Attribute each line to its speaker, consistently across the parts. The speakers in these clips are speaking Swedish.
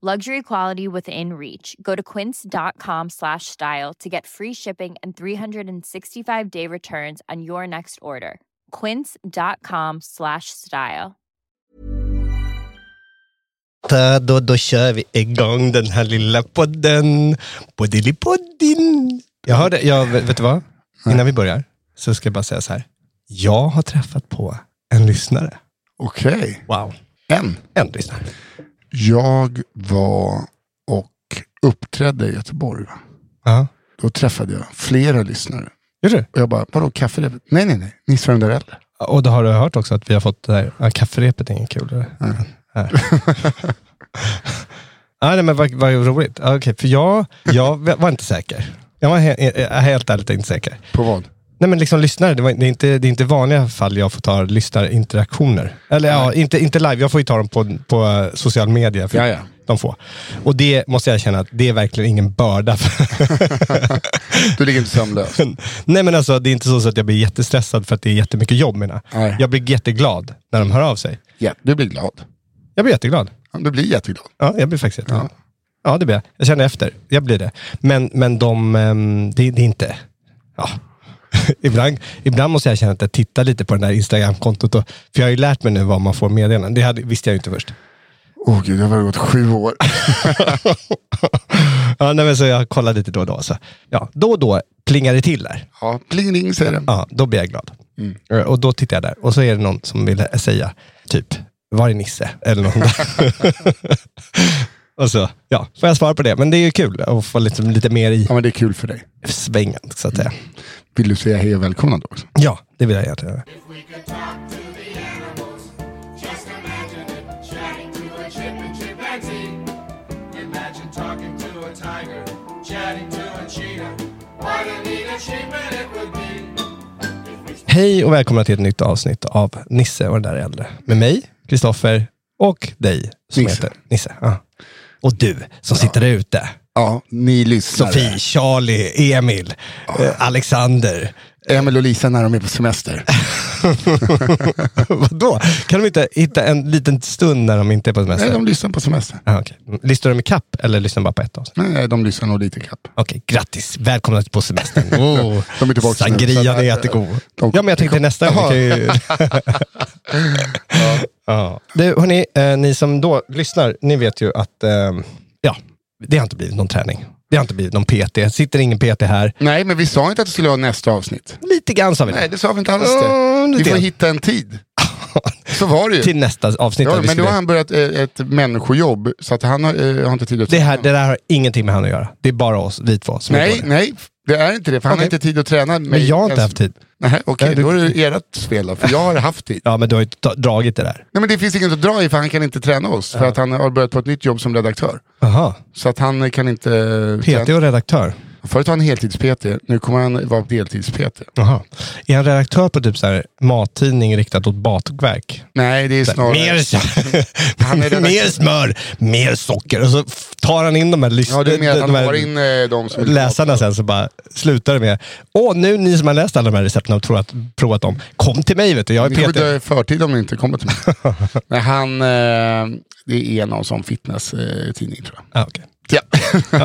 Speaker 1: Luxury quality within reach. Go to quince.com slash style to get free shipping and 365 day returns on your next order. Quince.com slash style.
Speaker 2: Ta, Då, då kör vi igång den här lilla podden. Poddelipoddin. Jag hörde, jag, vet vet du vad? Innan vi börjar så ska jag bara säga så här. Jag har träffat på en lyssnare.
Speaker 3: Okej.
Speaker 2: Wow.
Speaker 3: En.
Speaker 2: En lyssnare.
Speaker 3: Jag var och uppträdde i Göteborg. Va?
Speaker 2: Ja.
Speaker 3: Då träffade jag flera lyssnare.
Speaker 2: Gör du?
Speaker 3: Och jag bara, vadå kafferepet? Nej, nej, nej. Ni svarade eller?
Speaker 2: Och då har du hört också att vi har fått det här, ja, kafferepet är ingen kul. Eller? Här. ah, nej, men vad, vad roligt. Ah, Okej, för jag, jag var inte säker. Jag var he- eh, helt ärligt inte säker.
Speaker 3: På vad?
Speaker 2: Nej men liksom lyssnare, det, var, det, är inte, det är inte vanliga fall jag får ta lyssnarinteraktioner. Eller ja, inte, inte live, jag får ju ta dem på, på eh, social media. För
Speaker 3: Ja, ja.
Speaker 2: De får. Och det måste jag känna, att det är verkligen ingen börda.
Speaker 3: Du ligger inte sömnlös.
Speaker 2: Nej men alltså, det är inte så att jag blir jättestressad för att det är jättemycket jobb menar jag.
Speaker 3: Nej.
Speaker 2: Jag blir jätteglad när de hör av sig.
Speaker 3: Ja, du blir glad.
Speaker 2: Jag blir jätteglad.
Speaker 3: Ja, Du blir jätteglad.
Speaker 2: Ja, jag blir faktiskt jätteglad. Ja. det blir jag. Jag känner efter. Jag blir det. Men, men de, ehm, det, det är inte... Ja. ibland, ibland måste jag känna att jag tittar lite på det där Instagram-kontot. Och, för jag har ju lärt mig nu vad man får meddelanden. Det hade, visste jag ju inte först.
Speaker 3: Åh gud, det har bara gått sju år.
Speaker 2: ja, nej, men så jag kollar lite då och då. Så. Ja, då och då plingar det till där.
Speaker 3: Ja, pling ring säger den.
Speaker 2: Ja, då blir jag glad. Eh, Och då tittar jag där och så är det någon som vill säga typ, var är Nisse? Eller något där. Och så, ja, får jag svara på det. Men det är ju kul att få lite, lite mer i
Speaker 3: Ja, men det är kul för dig.
Speaker 2: svängen, så att säga.
Speaker 3: Vill du säga hej och välkomna då också?
Speaker 2: Ja, det vill jag egentligen göra.
Speaker 4: Chatting to a chip and chimpanzee. Imagine talking to a tiger, chatting to a cheetah. What an achievement it would be.
Speaker 2: Hej och välkomna till ett nytt avsnitt av Nisse och den där äldre. Med mig, Kristoffer, och dig som
Speaker 3: Nisse.
Speaker 2: heter Nisse. Ja. Och du som sitter där ute.
Speaker 3: Ja, ni lyssnare.
Speaker 2: Sofie, Charlie, Emil,
Speaker 3: Ah.
Speaker 2: eh, Alexander.
Speaker 3: Emil och Lisa när de är på semester.
Speaker 2: Vadå? Kan de inte hitta en liten stund när de inte är på
Speaker 3: Nej,
Speaker 2: semester?
Speaker 3: de lyssnar på semester.
Speaker 2: Ah, okay. Lyssnar de i kapp eller lyssnar de bara på ett avsnitt?
Speaker 3: Nej, de lyssnar nog lite ikapp.
Speaker 2: Okej, grattis. Välkomna på semestern. Oh,
Speaker 3: De är tillbaka nu, så
Speaker 2: Sangrian
Speaker 3: att- eh,
Speaker 2: är jättegod.
Speaker 3: De-
Speaker 2: Ja, men jag tänkte nästa gång. kan ju- ja. Du, hörni, eh, ni som då lyssnar, ni vet ju att eh, ja, det har inte blivit någon träning. Det har inte blivit någon PT. Sitter ingen PT här.
Speaker 3: Nej, men vi sa inte att det skulle vara nästa avsnitt.
Speaker 2: Lite grann sa vi det.
Speaker 3: Nej, det sa vi inte alls det.
Speaker 2: Mm,
Speaker 3: Vi
Speaker 2: lite
Speaker 3: får
Speaker 2: grann.
Speaker 3: hitta en tid. Så var det ju.
Speaker 2: Till nästa avsnitt. där
Speaker 3: Ja,
Speaker 2: vi
Speaker 3: men
Speaker 2: skulle-
Speaker 3: nu har han börjat eh, ett människojobb, så att han har, eh, har inte tid att
Speaker 2: det, här, det
Speaker 3: träna.
Speaker 2: där har ingenting med han att göra. Det är bara oss, vi två, som är
Speaker 3: Nej,
Speaker 2: dåliga.
Speaker 3: nej, det är inte det. För han har
Speaker 2: Okej.
Speaker 3: inte tid att träna.
Speaker 2: Men jag har inte haft tid.
Speaker 3: Nej, okej,
Speaker 2: Nej, du-
Speaker 3: då är det ert fel då, för jag har haft tid.
Speaker 2: Ja, men du har ju ta- dragit det där.
Speaker 3: Nej, men det finns inget att dra i, för han kan inte träna oss. För att han har börjat på ett nytt jobb som redaktör.
Speaker 2: Aha.
Speaker 3: Så att han eh, kan inte... eh,
Speaker 2: PT
Speaker 3: träna.
Speaker 2: och redaktör.
Speaker 3: Förut var han heltids-PT, nu kommer han vara deltids-PT.
Speaker 2: Aha. Är han redaktör på typ så här mattidning riktad åt bakverk?
Speaker 3: Nej, det är snarare...
Speaker 2: Mer,
Speaker 3: Han är redaktör.
Speaker 2: mer smör, mer socker. Och så f- tar han in de här, lys-
Speaker 3: Ja, du menar att han
Speaker 2: de här
Speaker 3: tar in eh, de som...
Speaker 2: läsarna sen så bara slutar det med, åh nu ni som har läst alla de här recepten och tror att, provat dem, kom till mig vet du, jag är
Speaker 3: Ni kommer dö
Speaker 2: Peter.
Speaker 3: i förtid om ni inte kommer till mig. Nej, han... Eh, det är någon sån fitness-tidning tror jag.
Speaker 2: Ah, okej.
Speaker 3: Ja.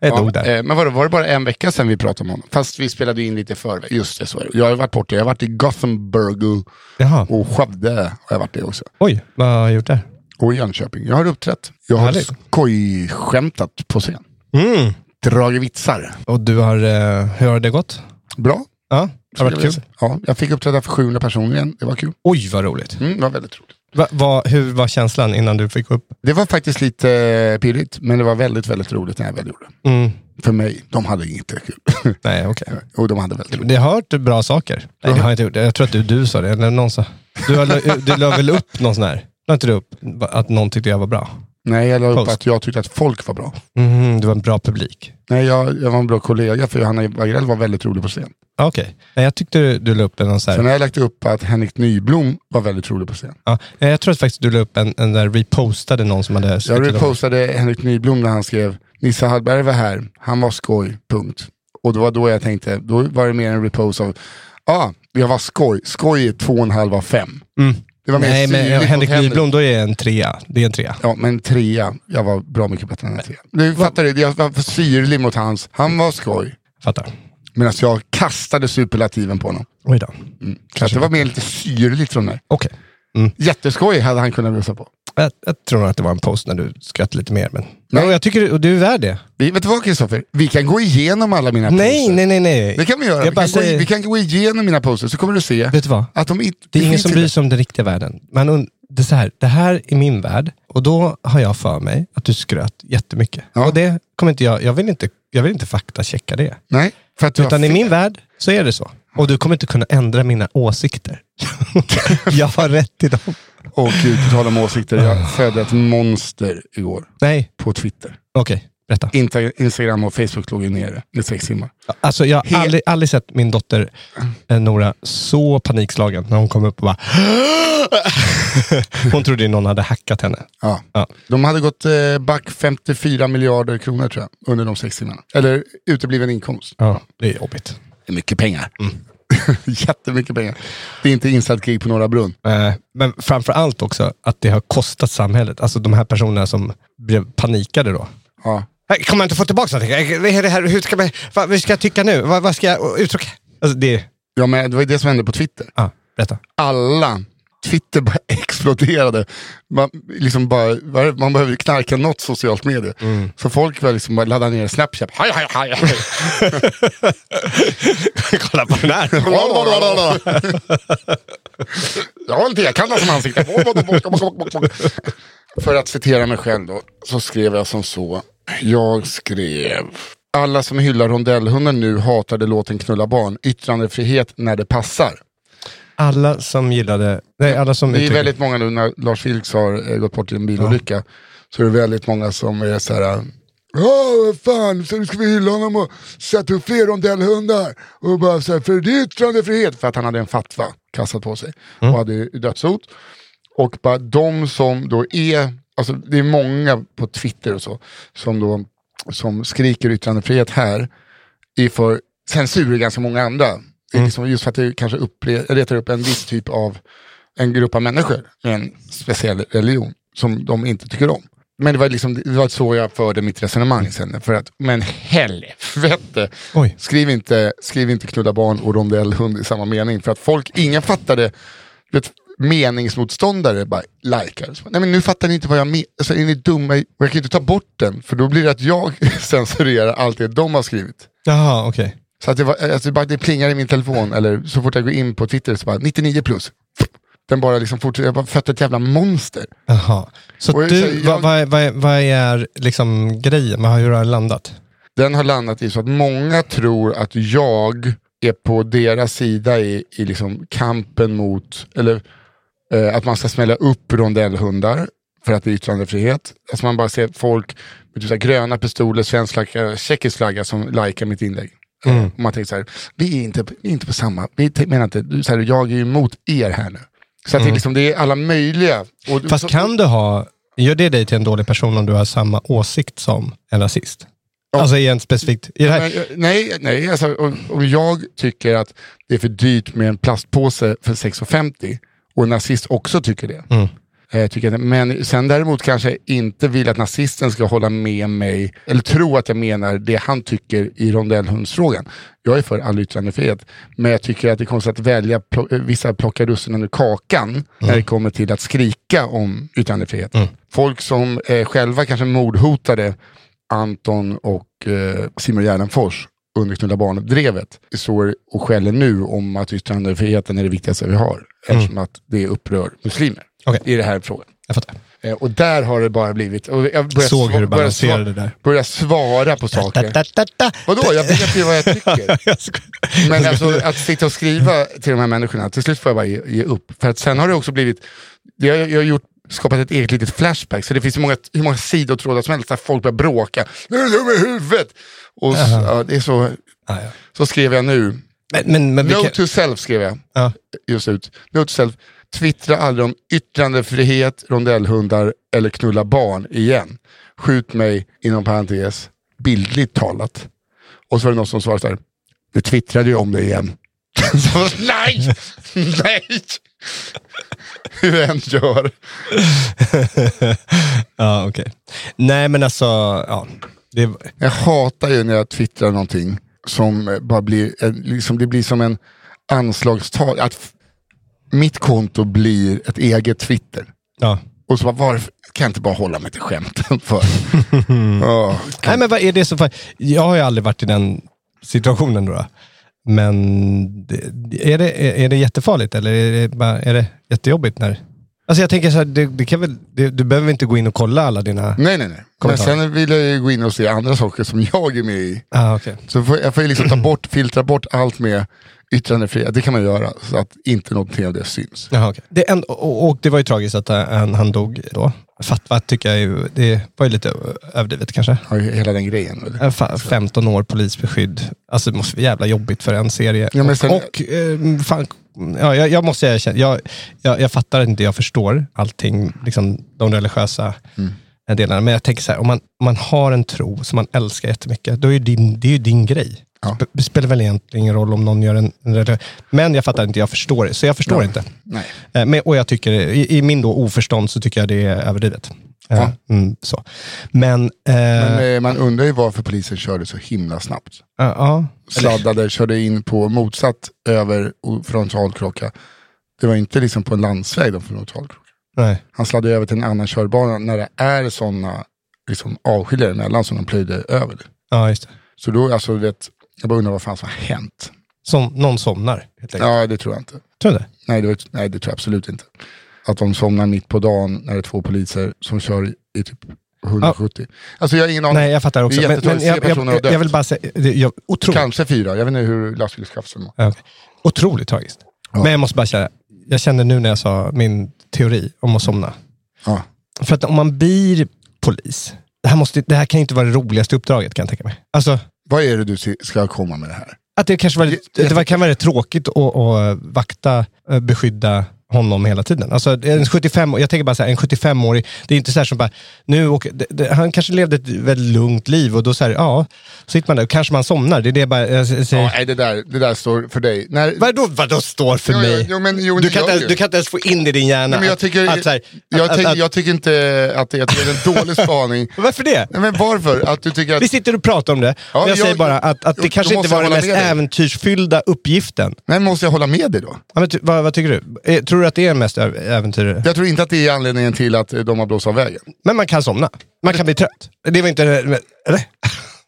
Speaker 2: Ett
Speaker 3: Ja,
Speaker 2: ord där.
Speaker 3: eh, men vadå, var det bara en vecka sedan vi pratade om honom? Fast vi spelade in lite i förväg. Just det, så är det. Jag har ju varit borta. Jag har varit i Gothenburg och-
Speaker 2: Jaha.
Speaker 3: och Skövde. Har jag varit det också.
Speaker 2: Oj, vad har jag gjort där?
Speaker 3: Och i Jönköping. Jag har uppträtt. Jag har
Speaker 2: Härligt.
Speaker 3: skojskämtat på scen.
Speaker 2: Mm.
Speaker 3: dragit vitsar.
Speaker 2: Och du har, eh, hur har det gått?
Speaker 3: Bra.
Speaker 2: Ja, det har varit kul.
Speaker 3: Ja, jag fick uppträda för 700 personer igen. Det var kul.
Speaker 2: Oj, vad roligt.
Speaker 3: Mm, det var väldigt roligt.
Speaker 2: Va, va, hur var känslan innan du fick gå upp?
Speaker 3: Det var faktiskt lite eh, pirrigt, men det var väldigt, väldigt roligt när jag väl gjorde det.
Speaker 2: Mm.
Speaker 3: För mig, de hade inte kul.
Speaker 2: Nej, okej.
Speaker 3: och de hade väldigt roligt.
Speaker 2: Det har hört bra saker. Nej, det har jag inte gjort. Jag tror att du, du sa det, eller någon sa. Du, har- du la väl upp någon sån här? La inte du upp att någon tyckte jag var bra?
Speaker 3: Nej, jag la upp
Speaker 2: Post.
Speaker 3: att jag tyckte att folk var bra.
Speaker 2: Mhm, du var en bra publik.
Speaker 3: Nej, jag, jag var en bra kollega, för Johanna Wagrell var väldigt rolig på scen.
Speaker 2: Ja, Okej. Nej, jag tyckte du, du la upp en någon sån här.
Speaker 3: Sen har jag lagt upp att Henrik Nyblom var väldigt rolig på scen.
Speaker 2: Ja, nej, jag tror att faktiskt du la upp en, en där repostade någon som hade...
Speaker 3: Jag repostade Henrik Nyblom när han skrev Nissa Hallberg var här, han var skoj, punkt. Och det var då jag tänkte, då var det mer en repost av, ja, ah, jag var skoj, skoj är två och en halv av fem. Det var mer
Speaker 2: Mm. Nej, men
Speaker 3: synligt
Speaker 2: eh,
Speaker 3: mot
Speaker 2: Henrik Nyblom, då är det en trea. Det är en trea.
Speaker 3: Ja, men trea, jag var bra mycket bättre än den här trea. Du fattar du, jag var för syrlig mot hans, han var skoj.
Speaker 2: Fattar.
Speaker 3: Medan jag kastade superlativen på honom.
Speaker 2: Oj då.
Speaker 3: Så att det var mer lite syrligt från mig.
Speaker 2: Okej.
Speaker 3: Jätteskoj hade han kunnat bjussa på.
Speaker 2: Jag, jag tror nog att det var en post när du skrattade lite mer. Men... Men jag tycker och du är värd det.
Speaker 3: Vi, vet du vad Kristoffer? Vi kan gå igenom alla mina
Speaker 2: Nej,
Speaker 3: poster.
Speaker 2: nej, nej, nej.
Speaker 3: Det kan vi göra.
Speaker 2: Jag
Speaker 3: Vi
Speaker 2: bara
Speaker 3: kan, gå, i-
Speaker 2: säger-
Speaker 3: vi kan gå igenom mina poster så kommer du se
Speaker 2: Vet du vad?
Speaker 3: att de inte...
Speaker 2: Det är ingen
Speaker 3: finns
Speaker 2: som
Speaker 3: inte.
Speaker 2: bryr sig om den riktiga världen. Man und- det, är så här, det här är min värld och då har jag för mig att du skröt jättemycket.
Speaker 3: Ja.
Speaker 2: Och det kommer inte jag, jag vill inte, jag vill inte faktachecka det.
Speaker 3: Nej, för att du
Speaker 2: Utan
Speaker 3: har
Speaker 2: i
Speaker 3: fel.
Speaker 2: min värld så är det så. Och du kommer inte kunna ändra mina åsikter. jag har rätt i dem.
Speaker 3: Åh gud, på tal om åsikter. Jag födde ett monster igår
Speaker 2: Nej,
Speaker 3: på Twitter.
Speaker 2: okej. Berätta.
Speaker 3: Insta- Instagram och Facebook låg ju nere i sex timmar.
Speaker 2: Alltså jag har
Speaker 3: Helt-
Speaker 2: aldrig, aldrig sett min dotter eh, Nora så panikslagen när hon kom upp och bara Hon trodde ju någon hade hackat henne.
Speaker 3: Ja.
Speaker 2: Ja.
Speaker 3: De hade gått eh, back 54 miljarder kronor tror jag, under de sex timmarna. Eller utebliven inkomst.
Speaker 2: ja. Det är jobbigt.
Speaker 3: Det är mycket pengar. Jättemycket pengar. Det är inte insatt krig på Norra Brunn.
Speaker 2: Eh, Men framför allt också att det har kostat samhället. Alltså de här personerna som blev panikade då.
Speaker 3: Ja.
Speaker 2: Hey, kommer jag inte få tillbaka någonting? Eh, Vad är det här? Hur ska, vi, vad, vad ska jag tycka nu? Vad, vad ska jag uttrycka? Alltså det
Speaker 3: ja, men det var ju det som hände på Twitter.
Speaker 2: Ja, berätta.
Speaker 3: alla. Twitter bara exploderade. Man, liksom bara, var- man behöver knarka något socialt medie. Så folk var liksom bara laddade ner Snapchat. Hej, hej, hej, hej.
Speaker 2: Kolla på den här.
Speaker 3: Blablabla. Jag har en tekanna som ansikte. För att citera mig själv då, så skrev jag som så. Jag skrev. Alla som hyllar rondellhunden nu hatade låten Knulla barn. Yttrandefrihet när det passar.
Speaker 2: Alla som gillade... Nej, alla som
Speaker 3: Det är
Speaker 2: uttryckte-
Speaker 3: väldigt många nu när Lars Vilks har eh, gått bort i en bilolycka. Så är det väldigt många som är så här. Ja, vad fan, så nu ska vi hylla honom och sätta upp fler rondellhundar. Och bara så här, för det är yttrandefrihet. För att han hade en fatwa kastat på sig. Och hade ju dödshot. Och bara de som då är, alltså det är många på Twitter och så. Som då, som skriker yttrandefrihet här. Är för censur i ganska många andra. Det är liksom just för att det kanske uppre, retar upp en viss typ av en grupp av människor med en speciell religion som de inte tycker om. Men det var, liksom, det var så jag förde mitt resonemang sen. För att, men helvete!
Speaker 2: Oj.
Speaker 3: Skriv inte, skriv inte knulla barn och rondellhund i samma mening. För att folk, ingen fattade, du vet, meningsmotståndare bara likar. Så, Nej men nu fattar ni inte vad jag menar, alltså, är ni dumma? i- Och jag kan inte ta bort den, för då blir det att jag censurerar allt det de har skrivit.
Speaker 2: Jaha, okej.
Speaker 3: Så att det, var, alltså, bara det plingar i min telefon eller så fort jag går in på Twitter så bara 99 plus. Den bara liksom fortsätter, jag bara fött ett jävla monster.
Speaker 2: Jaha. Så
Speaker 3: Och jag
Speaker 2: du,
Speaker 3: säger-
Speaker 2: vad,
Speaker 3: jag-
Speaker 2: vad, vad, vad är liksom grejen? Vad- Hur har den landat?
Speaker 3: Den har landat i så att många tror att jag är på deras sida i, i liksom kampen mot, eller eh, att man ska smälla upp rondellhundar för att det är yttrandefrihet. Alltså man bara ser folk med typ så här gröna pistoler, svensk flagga, tjeckisk flagga som likar mitt inlägg.
Speaker 2: Mm.
Speaker 3: Och man tänker så här, vi är inte, vi är inte på samma, vi te- menar inte, du- så här, jag är ju emot er här nu. Så att det, är liksom, det är alla möjliga. Och,
Speaker 2: Mm. Fast
Speaker 3: så-
Speaker 2: kan du ha... Gör det dig till en dålig person om du har samma åsikt som en rasist? Alltså i en specifikt... I det här,
Speaker 3: Nej, nej, nej alltså, om, om jag tycker att det är för dyrt med en plastpåse för 6,50 och en nazist också tycker det.
Speaker 2: Mm.
Speaker 3: Eh, tycker jag, men sen däremot kanske inte vill att nazisten ska hålla med mig eller tro att jag menar det han tycker i rondellhundsfrågan. Jag är för all yttrandefrihet, men jag tycker att det är konstigt att välja plo- eh, vissa plockar russinen ur kakan när det kommer till att skrika om yttrandefrihet. Folk som eh, själva kanske mordhotade Anton och eh, Simon Gärdenfors under Knulla Barnet-drevet står och skäller nu om att yttrandefriheten är det viktigaste vi har. Eftersom att det upprör muslimer
Speaker 2: Mm. Okej.
Speaker 3: i den här frågan.
Speaker 2: Jag fattar.
Speaker 3: Eh, och där har det bara blivit... Och jag börjar
Speaker 2: Såg hur du
Speaker 3: börjar
Speaker 2: balanserade det där.
Speaker 3: Börjar svara på saker.
Speaker 2: da.
Speaker 3: Vadå, jag vet ju vad jag tycker.
Speaker 2: Jag skojar.
Speaker 3: Men alltså att sitta och skriva till de här människorna, till slut får jag bara ge, ge upp. För att sen har det också blivit, jag, jag har gjort, skapat ett eget litet flashback, så det finns hur många, hur många sidotrådar som helst där folk börjar bråka. Nu är du dum i huvudet! Och så, ja, det är så,
Speaker 2: Ja, ja.
Speaker 3: så skrev jag nu.
Speaker 2: Men, men, men
Speaker 3: eh, No
Speaker 2: vilka...
Speaker 3: to self skrev jag
Speaker 2: Ja.
Speaker 3: just ut. No to self. Twittra aldrig om yttrandefrihet, rondellhundar eller knulla barn igen. Skjut mig, inom parentes, bildligt talat. Och så var det någon som svarade så här, du twittrade ju om det igen. så, nej! Nej! Hur jag än gör.
Speaker 2: ja, okej. Nej, men alltså... Ja. Det...
Speaker 3: Jag hatar ju när jag twittrar någonting som eh, bara blir, eh, liksom, det blir som en anslagstavla. Att f- mitt konto blir ett eget Twitter.
Speaker 2: Ja.
Speaker 3: Och så bara, varför kan jag inte bara hålla mig till skämten för? Ja.
Speaker 2: Nej, men vad är det som... för- Jag har ju aldrig varit i den situationen då. då. Men det- är det, är- är det jättefarligt eller är det, bara, är det jättejobbigt? när... Alltså jag tänker så här, det, det kan väl, det, du behöver inte gå in och kolla alla dina...
Speaker 3: Nej, nej, nej. Men
Speaker 2: Kommentar.
Speaker 3: sen vill jag ju gå in och se andra saker som jag är med i.
Speaker 2: Ah, okay.
Speaker 3: Så får, jag får ju liksom ta bort, filtra bort allt med yttrandefrihet. Det kan man göra så att inte någonting av det syns.
Speaker 2: Jaha, okej. det, en, och, och det var ju tragiskt att eh, han, han dog då. Fatwa tycker jag ju, det var ju lite ö- överdrivet kanske.
Speaker 3: Ja, Hela den grejen. eller?
Speaker 2: Eh, fa- 15 år polisbeskydd. Alltså det måste vara jävla jobbigt för en serie.
Speaker 3: Ja, men sen-
Speaker 2: och och eh, fan, ja, jag, jag måste erkänna, jag, jag, jag fattar inte, jag förstår allting, liksom, de religiösa
Speaker 3: Mm.
Speaker 2: eh, delarna. Men jag tänker så här, om man, om man har en tro som man älskar jättemycket, då är ju din, det är ju din grej.
Speaker 3: Ja.
Speaker 2: Det spelar väl egentligen ingen roll om någon gör en, en religiö- Men jag fattar inte, jag förstår det. Så jag förstår inte.
Speaker 3: Nej.
Speaker 2: Eh, Men, och jag tycker, i, i min då oförstånd så tycker jag det är överdrivet. Eh,
Speaker 3: Ja.
Speaker 2: Mm, så. Men, eh, ja,
Speaker 3: Men eh, man undrar ju varför polisen körde så himla snabbt.
Speaker 2: ja.
Speaker 3: Sladdade, körde in på motsatt över och frontalkrocka. Det var inte liksom på en landsväg de frontalkrockade.
Speaker 2: nej.
Speaker 3: Han sladdade över till en annan körbana när det är sådana liksom, avskiljare emellan som de plöjde över.
Speaker 2: Ja, just det.
Speaker 3: Så då, alltså, du vet, jag bara undrar vad fan som har hänt.
Speaker 2: Som, någon somnar, helt enkelt.
Speaker 3: Ja, det tror jag inte.
Speaker 2: Tror du det?
Speaker 3: Nej det, var, nej, det tror jag absolut inte. Att de somnar mitt på dagen när det är två poliser som kör i, i typ 170. Alltså jag har ingen aning.
Speaker 2: Nej, jag fattar också.
Speaker 3: Det är
Speaker 2: Men, men
Speaker 3: jättetråkigt att se
Speaker 2: jag,
Speaker 3: personer ha
Speaker 2: jag,
Speaker 3: dött.
Speaker 2: jag vill bara säga, det- jag, otroligt,
Speaker 3: Kanske fyra, jag vet inte hur lastbilschauffören var.
Speaker 2: ja, okej. otroligt tragiskt. Men jag måste bara säga, jag kände nu när jag sa min teori om att somna.
Speaker 3: Ja.
Speaker 2: För att om man blir polis, det här, måste, det här kan ju inte vara det roligaste uppdraget kan jag tänka mig. Alltså,
Speaker 3: Vad är det du se- ska komma med det här?
Speaker 2: Att det kanske var,
Speaker 3: Jag-
Speaker 2: det var, kan vara rätt tråkigt att, att vakta, eh, beskydda honom hela tiden. Alltså en 75, jag tänker bara så här, en 75-årig, det är inte så här som bara, nu åker, det, det, han kanske levde ett väldigt lugnt liv och då så här, ja, så sitter man där och kanske man somnar. Det är det jag bara, jag, säger,
Speaker 3: Ja, nej, det, där, det där står för dig. När,
Speaker 2: vadå, vadå står för
Speaker 3: Jo, jo,
Speaker 2: mig?
Speaker 3: jo, men- jo,
Speaker 2: du,
Speaker 3: det
Speaker 2: kan
Speaker 3: gör
Speaker 2: inte, ens-
Speaker 3: ju.
Speaker 2: du kan inte ens få in i din hjärna
Speaker 3: Nej, men jag
Speaker 2: att-
Speaker 3: tycker,
Speaker 2: att så här,
Speaker 3: jag,
Speaker 2: att-
Speaker 3: tycker-
Speaker 2: att-
Speaker 3: jag tycker inte att det, jag tycker det är en dålig spaning.
Speaker 2: Varför det?
Speaker 3: Nej, men varför? Att du tycker att...
Speaker 2: Vi sitter och pratar om det,
Speaker 3: Ja,
Speaker 2: och jag,
Speaker 3: jag-
Speaker 2: säger bara att, att
Speaker 3: jo,
Speaker 2: det
Speaker 3: då
Speaker 2: kanske inte
Speaker 3: måste jag
Speaker 2: var den
Speaker 3: hålla
Speaker 2: mest
Speaker 3: med dig.
Speaker 2: äventyrsfyllda uppgiften.
Speaker 3: Nej, men måste jag hålla med dig då?
Speaker 2: Ja, men, ty, vad, vad tycker du? Eh, Tror du att det är den mest ö- äventyr...
Speaker 3: Jag tror inte att det är anledningen till att eh, de har blåst av vägen.
Speaker 2: Men man kan somna. Man kan bli trött. Det var inte... men- Eller?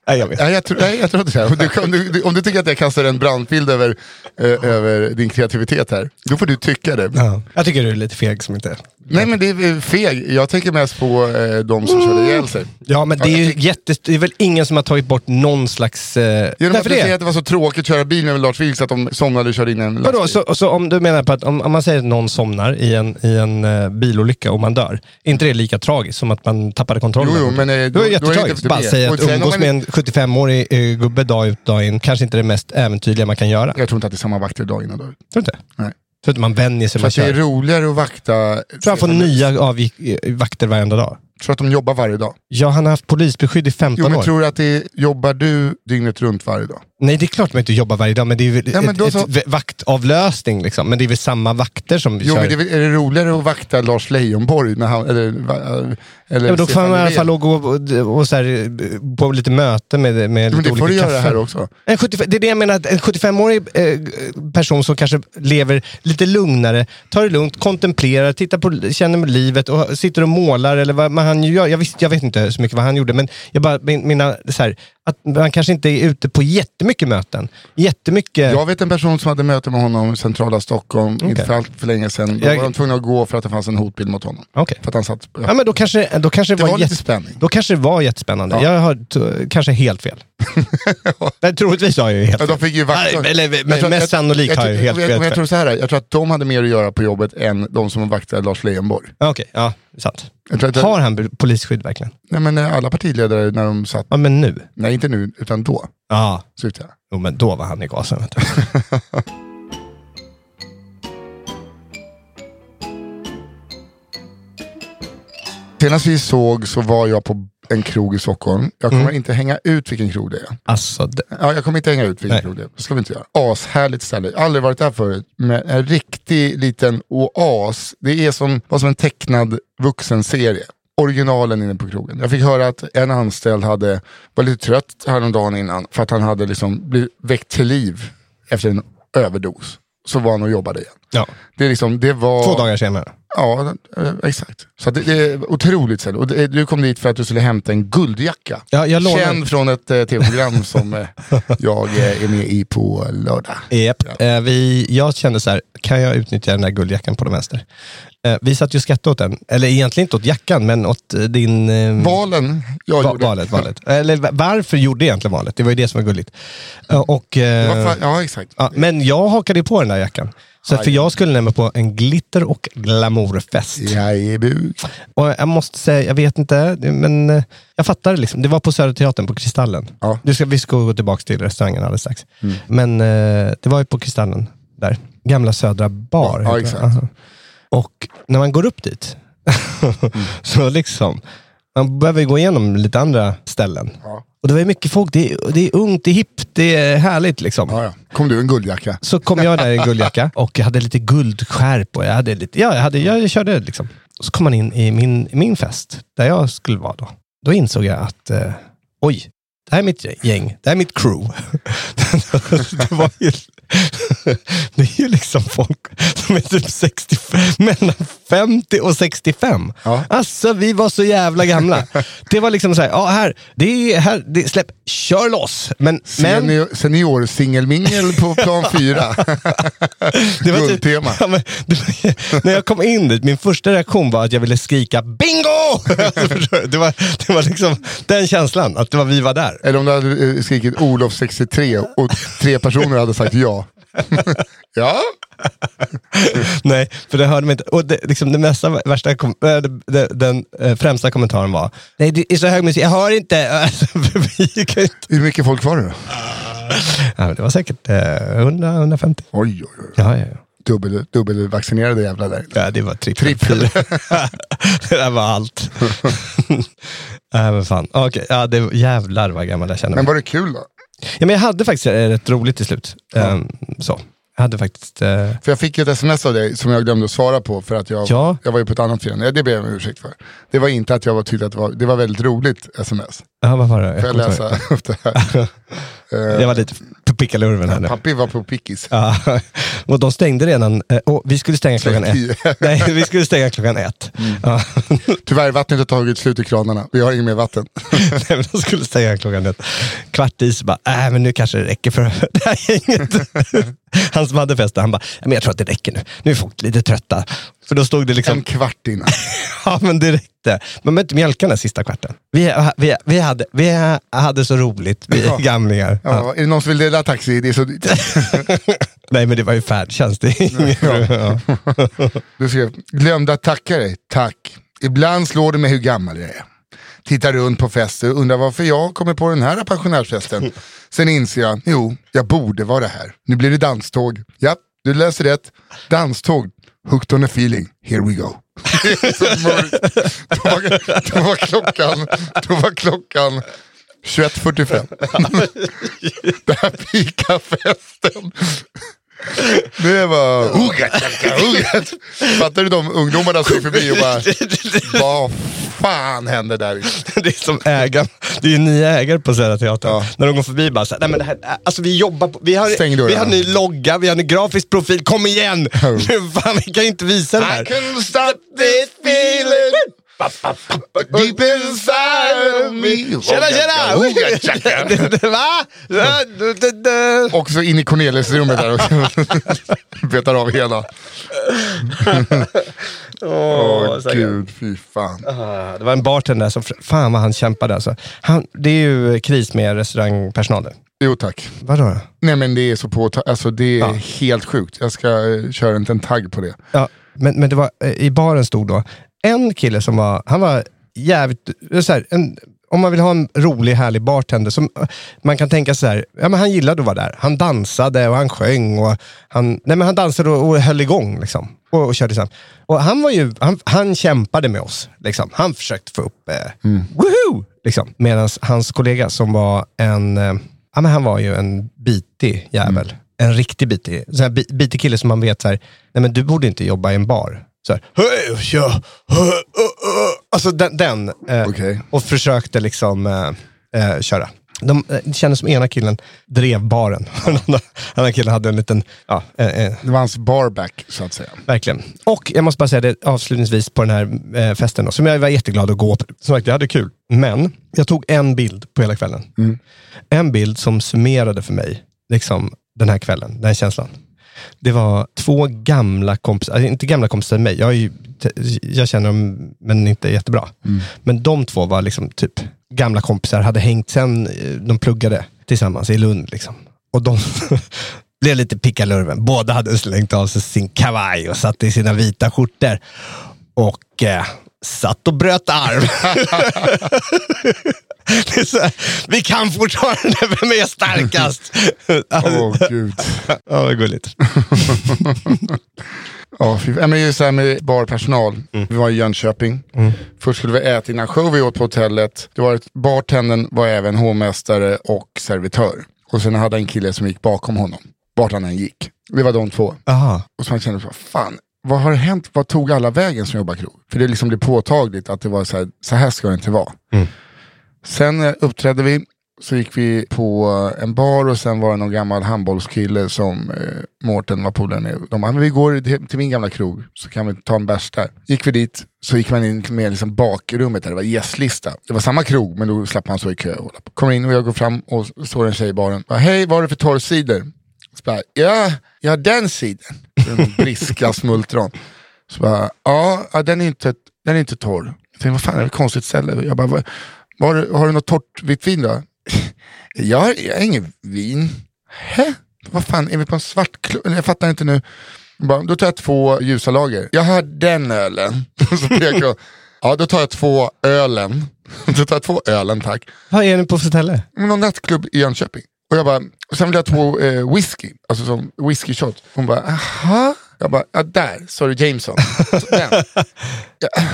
Speaker 2: Nej, jag vet.
Speaker 3: Nej, jag, tror- nej, jag tror inte det. Om du, om, du, om du tycker att jag kastar en brandbild över, eh, över din kreativitet här, då får du tycka det.
Speaker 2: Ja. Jag tycker du är lite feg som inte...
Speaker 3: Nej, men det är eh, feg. Jag tänker mest på eh, de som körde ihjäl sig.
Speaker 2: Mm. Ja, men det är
Speaker 3: jag
Speaker 2: ju
Speaker 3: tycker-
Speaker 2: jätte... Det är väl ingen som har tagit bort någon slags... Eh...
Speaker 3: Genom att
Speaker 2: Därför
Speaker 3: du säger
Speaker 2: det.
Speaker 3: att det var så tråkigt att köra bil med Lars Vilks att de somnade och körde in en lastbil.
Speaker 2: Vadå, så, så om du menar på att om, om man säger att någon somnar i en, i en eh, bilolycka och man dör, är inte det lika tragiskt som att man tappade kontrollen?
Speaker 3: Jo, jo, men, eh,
Speaker 2: då
Speaker 3: då-
Speaker 2: är
Speaker 3: då
Speaker 2: det
Speaker 3: är det
Speaker 2: jättetragiskt.
Speaker 3: inte
Speaker 2: Bara
Speaker 3: det.
Speaker 2: säga
Speaker 3: Och
Speaker 2: att
Speaker 3: sen om
Speaker 2: umgås
Speaker 3: man-
Speaker 2: med en 75-årig eh, gubbe dag ut dag in, kanske inte det mest äventyrliga man kan göra. Tror
Speaker 3: Jag tror inte att det är samma vakter idag innan då.
Speaker 2: du inte?
Speaker 3: Nej.
Speaker 2: Tror du att man vänjer sig?
Speaker 3: För
Speaker 2: Man
Speaker 3: att det
Speaker 2: kör.
Speaker 3: är
Speaker 2: Tror
Speaker 3: roligare att vakta.
Speaker 2: du han får nya avgick, eh, vakter varenda dag?
Speaker 3: tror att de jobbar varje dag.
Speaker 2: Ja, han har haft polisbeskydd i 15
Speaker 3: Jo, men
Speaker 2: år.
Speaker 3: tror du att det är, jobbar du dygnet runt varje dag?
Speaker 2: Nej, det är klart man inte jobbar varje dag, men det är väl
Speaker 3: Ja, men då
Speaker 2: ett,
Speaker 3: så-
Speaker 2: ett v- vaktavlösning. Liksom. Men det är väl samma vakter som vi
Speaker 3: Jo,
Speaker 2: kör.
Speaker 3: men det är, väl- är det roligare att vakta Lars Leijonborg? När han, eller, va- eller
Speaker 2: ja, men då får
Speaker 3: Stefan
Speaker 2: man i alla
Speaker 3: Löfven?
Speaker 2: fall gå och, och, och så här, på lite möte med, med
Speaker 3: Men
Speaker 2: lite
Speaker 3: det får du
Speaker 2: olika
Speaker 3: göra
Speaker 2: kaffe.
Speaker 3: här också.
Speaker 2: En 75, det är det jag menar, att en 75-årig eh, person som kanske lever lite lugnare, tar det lugnt, kontemplerar, tittar på, känner med livet och sitter och målar eller vad man, han gör. Jag, visste, jag vet inte så mycket vad han gjorde, men jag bara, min, mina, så här, att man kanske inte är ute på jättemycket möten. Jättemycket...
Speaker 3: Jag vet en person som hade möte med honom i centrala Stockholm inte för allt för länge sedan. Då
Speaker 2: Jag-
Speaker 3: var de tvungna att gå för att det fanns en hotbild mot honom.
Speaker 2: Okej.
Speaker 3: För att han satt...
Speaker 2: Ja, men då kanske, då kanske det,
Speaker 3: Det
Speaker 2: var,
Speaker 3: var lite
Speaker 2: jätte-
Speaker 3: spänning.
Speaker 2: Då kanske det var jättespännande.
Speaker 3: Ja.
Speaker 2: Jag har t- kanske helt fel. Men troligtvis har jag ju helt
Speaker 3: Ja,
Speaker 2: fel.
Speaker 3: de fick ju vakt...
Speaker 2: Nej, eller, men,
Speaker 3: Jag tror-
Speaker 2: mest
Speaker 3: jag-
Speaker 2: sannolikt
Speaker 3: jag,
Speaker 2: har jag ju helt
Speaker 3: tror- jag, jag,
Speaker 2: fel.
Speaker 3: jag tror så här, jag tror att de hade mer att göra på jobbet än de som vaktade Lars Leijonborg.
Speaker 2: Ja, Okej, ja, sant.
Speaker 3: Jag tror att
Speaker 2: Har han b- polisskydd verkligen?
Speaker 3: Nej, men eh, alla partiledare när de satt...
Speaker 2: Ja, men nu.
Speaker 3: Nej, inte nu, utan då.
Speaker 2: Ja,
Speaker 3: Slutar jag.
Speaker 2: jo, men då var han i gasen. Vet du.
Speaker 3: Senast vi såg så var jag på en krog i Stockholm. Jag
Speaker 2: Mm.
Speaker 3: kommer inte hänga ut vilken krog det är.
Speaker 2: Alltså, det,
Speaker 3: Ja, jag kommer inte hänga ut vilken
Speaker 2: Nej.
Speaker 3: krog det är. Det ska vi inte göra. Ashärligt ställe. Aldrig varit där förut. Men en riktig liten oas. Det är som, var som en tecknad vuxenserie. Originalen inne på krogen. Jag fick höra att en anställd hade, var lite trött häromdagen innan. För att han hade liksom blivit väckt till liv efter en överdos. Så var han och jobbade igen.
Speaker 2: ja.
Speaker 3: Det, är liksom, det var...
Speaker 2: Två dagar senare.
Speaker 3: Ja, eh, exakt. Så att det, det är otroligt ställe. Och det, du kom dit för att du skulle hämta en guldjacka.
Speaker 2: Ja, jag lånade-
Speaker 3: Känd från ett eh, tv-program som eh, jag eh, är med i på lördag.
Speaker 2: Yep. Eh, vi, jag kände så här, kan jag utnyttja den där guldjackan på de vänster? Eh, vi satt ju och skrattade åt den. Eller egentligen inte åt jackan, men åt eh, din... Eh,
Speaker 3: Valen jag
Speaker 2: Va-
Speaker 3: gjorde.
Speaker 2: valet, valet. Eller va- varför gjorde jag egentligen valet? Det var ju det som var gulligt. Eh, Och, eh,
Speaker 3: Vad fan- Ja, exakt.
Speaker 2: ja, men jag hakade ju på den där jackan. Så att för jag skulle nämligen på en glitter och glamourfest.
Speaker 3: Jag är buk.
Speaker 2: Och jag måste säga, jag vet inte, men eh, jag fattar det liksom. Det var på Södra Teatern, på Kristallen.
Speaker 3: Ja. Mm.
Speaker 2: Du ska, vi ska gå tillbaka till restaurangen alldeles strax. Men eh, det var ju på Kristallen, där. Gamla Södra Bar.
Speaker 3: Ja,
Speaker 2: heter
Speaker 3: exakt.
Speaker 2: den. Aha. Och när man går upp dit,
Speaker 3: Mm.
Speaker 2: så liksom, man behöver ju gå igenom lite andra ställen.
Speaker 3: Ja.
Speaker 2: Och det var ju mycket folk, det är, det är ungt, det är hippt, det är härligt liksom.
Speaker 3: Ja, ja. Kom du en guldjacka?
Speaker 2: Så kom jag där i en guldjacka och jag hade lite guldskärp och jag hade lite, ja, jag, hade, jag körde liksom. Och så kom man in i min, min fest, där jag skulle vara då. Då insåg jag att, eh, oj, det här är mitt gäng, det här är mitt crew. det, var ju, det är ju liksom folk som är typ 60, mellan 50 och 65.
Speaker 3: Ja.
Speaker 2: Alltså, vi var så jävla gamla. Det var liksom så här, ja, här, det är, här det, släpp, kör loss. Men, men
Speaker 3: Senior, senior singelmingel på plan fyra.
Speaker 2: Det var typ,
Speaker 3: Guldtema.
Speaker 2: ja, men, det var, när jag kom in dit, min första reaktion var att jag ville skrika bingo! Alltså, förstår du? det, var, det var liksom den känslan, att det var vi var där.
Speaker 3: Eller om du hade eh, skrikit Olof 63 och tre personer hade sagt ja. ja,
Speaker 2: Nej, för det hörde man inte. Och det, liksom, det mesta, värsta kom, äh, det- det, den eh, främsta kommentaren var, nej det är så hög musik, jag hör inte. Alltså, för vi gick ut.
Speaker 3: hur mycket folk var det då?
Speaker 2: ja, men det var säkert eh, 100-150.
Speaker 3: Oj, oj, oj.
Speaker 2: Ja, ja, ja.
Speaker 3: Dubbel, dubbelvaccinerade jävlar där.
Speaker 2: Ja, det var trippel.
Speaker 3: Trippel.
Speaker 2: det där var allt. Nej, men fan. Okej, ja, det, jävlar vad gammal jag känner mig.
Speaker 3: Men var det kul då?
Speaker 2: Ja, men jag hade faktiskt eh, rätt roligt till slut. Ehm, så. Jag hade faktiskt... eh,
Speaker 3: För jag fick ju ett sms av dig som jag glömde att svara på för att jag,
Speaker 2: Ja.
Speaker 3: jag var ju på ett annat firande. Ja, Det ber jag om ursäkt för. Det var inte att jag var tyckte att det var, det var väldigt roligt sms.
Speaker 2: ja, vad var det? Jag
Speaker 3: Får jag
Speaker 2: kommer inte
Speaker 3: läsa upp det här?
Speaker 2: ihåg. jag var lite på pickalurven här nu.
Speaker 3: Pappi var på pickis.
Speaker 2: Ja, och de stängde redan. eh, Och vi skulle stänga klockan
Speaker 3: Klockan Mm.
Speaker 2: ett. Nej, vi skulle stänga klockan ett. Ja,
Speaker 3: Tyvärr, vattnet har tagit slut i kranarna. Vi har inget mer vatten.
Speaker 2: nej, men de skulle stänga klockan ett. Kvart i så bara, äh, men nu kanske det räcker för det här gänget. Han som hade festen, han bara, men jag tror att det räcker nu. Nu är folk lite trötta. För då stod det liksom
Speaker 3: En kvart innan.
Speaker 2: Ja, men det räckte. Man behöver inte mjölka den här sista kvarten. Vi, eh, vi, vi, hade, vi hade så roligt, vi
Speaker 3: Ja.
Speaker 2: gamlingar. Ja.
Speaker 3: Ja, är det någon som vill dela taxi? Det är så...
Speaker 2: Nej, men det var ju färdtjänst. Det är inget- ja.
Speaker 3: Du skrev, glömde att tacka dig. Tack. Ibland slår det mig hur gammal jag är. Tittar runt på fester och undrar varför jag kommer på den här pensionärsfesten. Sen inser jag, jo, jag borde vara här. Nu blir det danståg. Ja, du läser rätt. Danståg. Hooked on a feeling. Here we go. Det är så mörkt. Då var, då var klockan, då var klockan 21.45. det här pika festen. Det var ugat, ugat. Fattar du de ungdomarna som gick förbi och bara, vad fan hände där?
Speaker 2: Det är som ägaren, det är ju nya ägare på Södra Teatern.
Speaker 3: Ja.
Speaker 2: När de går förbi bara så här, nej men det här, alltså vi jobbar på, vi
Speaker 3: Stäng
Speaker 2: har,
Speaker 3: dörren.
Speaker 2: vi har ny logga, vi har ny grafisk profil, kom igen! Nu fan, vi kan ju inte visa det
Speaker 3: I
Speaker 2: här.
Speaker 3: couldn't stop this feeling. Deep inside of me.
Speaker 2: Tjena, tjena!
Speaker 3: Ugat, tjaka.
Speaker 2: Va? Ja, du- du- du.
Speaker 3: Och så in i Cornelis-rummet där och betar av hela. Åh
Speaker 2: stackare.
Speaker 3: gud, fy fan.
Speaker 2: Ah, Det var en bartender där som, fan vad han kämpade alltså. Han, det är ju kris med restaurangpersonalen.
Speaker 3: Jo tack.
Speaker 2: Vadå? då?
Speaker 3: Nej men det är så på, alltså det är
Speaker 2: Ja.
Speaker 3: helt sjukt. Jag ska eh, köra en, en tagg på det.
Speaker 2: Ja, men, men det var, eh, i baren stod då en kille som var, han var jävligt, eh, så här, en, om man vill ha en rolig härlig bartender, som eh, man kan tänka så här, ja, men han gillade att vara där. Han dansade och han sjöng och han, nej, men han dansade och, och höll igång. Liksom, och, och körde sen. Och han, var ju, han, han kämpade med oss. Liksom. Han försökte få upp, eh, woohoo! Liksom. Medan hans kollega som var en, eh, ja, men han var ju en bitig jävel en riktig bitig, sån här bi- bitig kille som man vet så här, nej men du borde inte jobba i en bar. Så här, "Hej, tja, hö, ö, ö." alltså den, den eh,
Speaker 3: Okej.
Speaker 2: och försökte liksom eh, eh, köra. De, eh, det kändes som ena killen drev baren. Den andra- andra killen hade en liten, ja, eh, eh,
Speaker 3: Det var hans barback så att säga.
Speaker 2: verkligen. Och jag måste bara säga det avslutningsvis på den här eh, festen då, som jag var jätteglad att gå på. Som sagt, jag hade kul. Men jag tog en bild på hela kvällen. En bild som summerade för mig, liksom den här kvällen, den här känslan. Det var två gamla kompisar, alltså, inte gamla kompisar med mig, jag, är ju, t- jag känner dem men inte jättebra. Men de två var liksom typ gamla kompisar, hade hängt sen eh, de pluggade tillsammans i Lund. Liksom. Och de blev lite pickalurven. Båda hade slängt av sig sin kavaj och satt i sina vita skjortor. Och eh, satt och bröt arm. Det är så här, vi kan fortfarande, vem är starkast?
Speaker 3: Åh
Speaker 2: Alltså,
Speaker 3: gud.
Speaker 2: Ja, vad gulligt.
Speaker 3: Ja, fy, Nej, men just det här med barpersonal. Vi var i Jönköping. Först skulle vi äta innan show vi åt på hotellet. Det var ett, bartendern var även hovmästare och servitör. Och sen hade han en kille som gick bakom honom. Vart han än gick. Det var de två.
Speaker 2: Aha.
Speaker 3: Och så man kände, så, fan, vad har hänt? Vad tog alla vägen som jobbar krog? För det liksom blev påtagligt att det var så här, så här ska det inte vara. Sen eh, uppträdde vi, så gick vi på eh, en bar och sen var det någon gammal handbollskille som eh, Mårten var polare med. De bara, "Men vi går till- till min gamla krog så kan vi ta en bärs där. Gick vi dit, så gick man in med liksom bakrummet där det var gästlista. Det var samma krog men då slapp man stå i kö. och hålla på. Kommer in och jag går fram och s- står en tjej i baren. Bara, Hej, vad har du för torr cider? Så bara, ja, ja den sidan. Den briska smultron. Så bara, ja, ja den, är inte, den är inte torr. Jag tänkte, vad fan är det för konstigt ställe? Jag bara, vad, vad har, du- har du något torrt vitt vin då? Jag har, jag har ingen vin. Hä? Vad fan, är vi på en svart klubb? Jag fattar inte nu. Jag Bara, då tar jag två ljusa lager. Jag har den ölen. Så pekar jag. Ja, då tar jag två ölen. Då tar jag två ölen tack
Speaker 2: Vad är ni på för ställe?
Speaker 3: men någon nattklubb i Jönköping. Och jag bara, och sen vill jag ha två eh, whisky, alltså som whisky shot. Hon bara, aha. Jag bara, ja där, sa du Jameson. Så Den. Jag,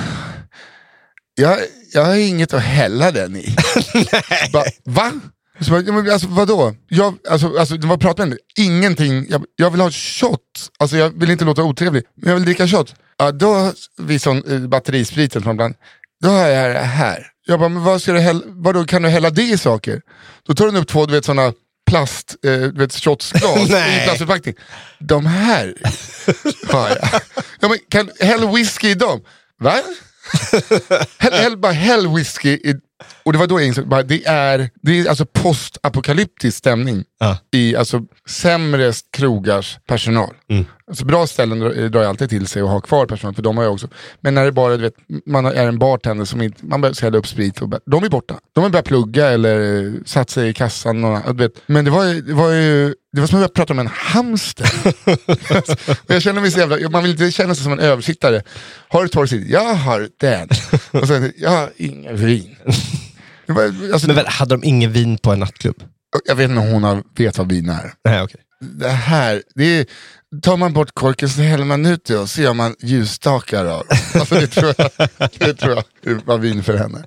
Speaker 3: jag, jag har inget att hälla den i. bara, va? Så bara, ja, men alltså vadå? Jag, alltså, alltså, det var prat med henne. Ingenting. Jag, jag vill ha shot. Alltså, jag vill inte låta otrevlig, men jag vill dricka shot. Ja, då, vid sån eh, batterispriten som ibland, då har jag det här. Jag bara, men vad ska du hälla, vadå, kan du hälla det i saker? Då tar hon upp två, du vet sådana plast, eh, du vet shotsglas
Speaker 2: Nej.
Speaker 3: i plastförpackning. De här har jag. Ja, men kan, häll whisky i dem. Va? Häll, häll, bara häll whisky i, och det var då jag insåg, bara, det är, det är alltså postapokalyptisk stämning
Speaker 2: Ja.
Speaker 3: i alltså, sämre krogars personal. Alltså, bra ställen dr- drar ju alltid till sig och har kvar personal, för de har jag också. Men när det bara du vet, man är en bartender som inte, man börjar hälla upp sprit, och bara, de är borta. De har börjat plugga eller eh, satt sig i kassan. Och, du vet. Men det var, ju- det var ju det var som att jag pratade om en hamster. och jag känner mig så jävla, man vill inte känna sig som en översittare. Har du torr sitt? Jag har den. Och sen, jag har ingen vin. Det var, alltså,
Speaker 2: Men väl, hade de ingen vin på en nattklubb?
Speaker 3: jag vet inte om hon har, vet vad vin är.
Speaker 2: Nej, okej.
Speaker 3: Det här, det är, tar man bort korken så häller man ut det och så gör man ljusstakar av det. alltså, det. Tror jag, det tror jag var vin för henne.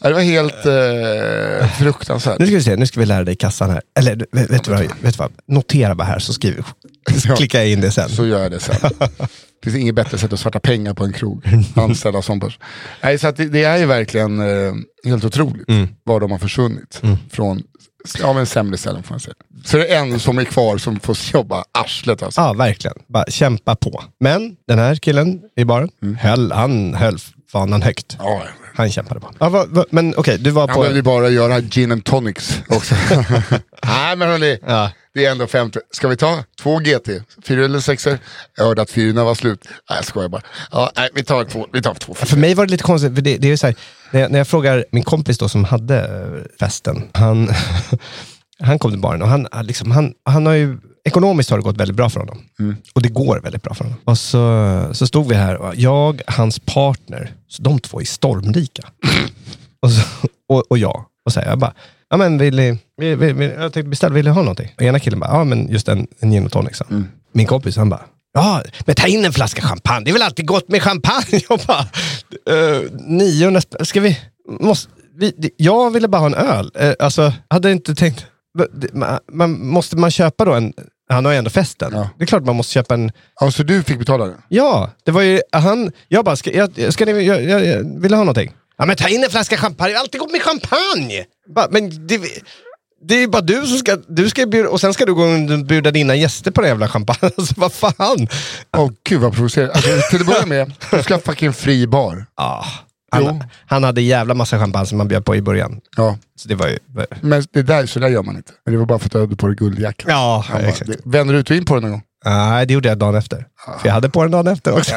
Speaker 3: Ja, Det var helt eh, fruktansvärt.
Speaker 2: Nu ska vi se, nu ska vi lära dig kassan här. Eller vet, vet, du, vad, vet du vad? Notera bara här så skriver
Speaker 3: Ja.
Speaker 2: så klickar jag in det sen.
Speaker 3: Så gör jag det sen. Det finns inget bättre sätt att svarta pengar på en krog. Anställda som börs. Nej, så att det, det är ju verkligen eh, helt otroligt var de har försvunnit. Från ja, men sämre ställen får man säga. Så det är en som är kvar som får jobba arslet alltså.
Speaker 2: Ja, verkligen. Bara kämpa på. Men den här killen i baren, höll, han höll fanan högt.
Speaker 3: Ja.
Speaker 2: Han kämpade på. Ja, vad- vad- men okej, du var
Speaker 3: Han
Speaker 2: på...
Speaker 3: behöver ju bara göra gin and tonics också. Nej men hörni,
Speaker 2: Ja.
Speaker 3: det är ändå 50. Ska vi ta två GT? Fyra eller sexer? Jag hörde att fyrorna var slut. Nej jag skojar bara. Ja, nej, vi tar två. Vi tar två.
Speaker 2: För mig var det lite konstigt, för det, det är ju så här, när, jag, när jag frågar min kompis då som hade eh, festen, han, han kom till baren och han, han liksom, han, han har ju, ekonomiskt har det gått väldigt bra för honom. Och det går väldigt bra för honom. Och så, så stod vi här, och jag, hans partner, så de två är stormlika. och, så, och, och jag. Och så här, jag bara, ja men vill ni, vill, vill, vill, jag tänkte beställa, vill ni ha någonting? Och ena killen bara, ja men just en, en gin och tonic. sa han. Min kompis han bara, ja men ta in en flaska champagne, det är väl alltid gott med champagne. Jag bara, eh, 900 spänn, ska vi, måste, vi, det- jag ville bara ha en öl. Eh, alltså, hade inte tänkt, man, man, måste man köpa då en, han har ju ändå festen.
Speaker 3: Ja.
Speaker 2: Det är klart man måste köpa en
Speaker 3: Ja, så Alltså, du fick betala den?
Speaker 2: Ja, det var ju han. Jag bara, ska, jag, ska ni, jag, jag, jag, vill ni ha någonting? Ja, men ta in en flaska champagne. Alltid gott med champagne! Bara, men det, det är ju bara du som ska, du ska bjuda, och sen ska du gå och bjuda dina gäster på den jävla champagne. Alltså, vad fan?
Speaker 3: Åh gud vad provocerande. Alltså, till att börja med, du ska ha fucking fri bar.
Speaker 2: Ah,
Speaker 3: Jo.
Speaker 2: han, han hade jävla massa champagne som man bjöd på i början.
Speaker 3: Ja,
Speaker 2: Så det var ju...
Speaker 3: men det där, så där gör man inte. Men det var bara för att du hade på dig guldjackan.
Speaker 2: Ja,
Speaker 3: Han bara,
Speaker 2: exakt.
Speaker 3: det- Vänder du ut och in på den någon gång?
Speaker 2: Nej, det gjorde jag dagen efter. För jag hade på den dagen efter också.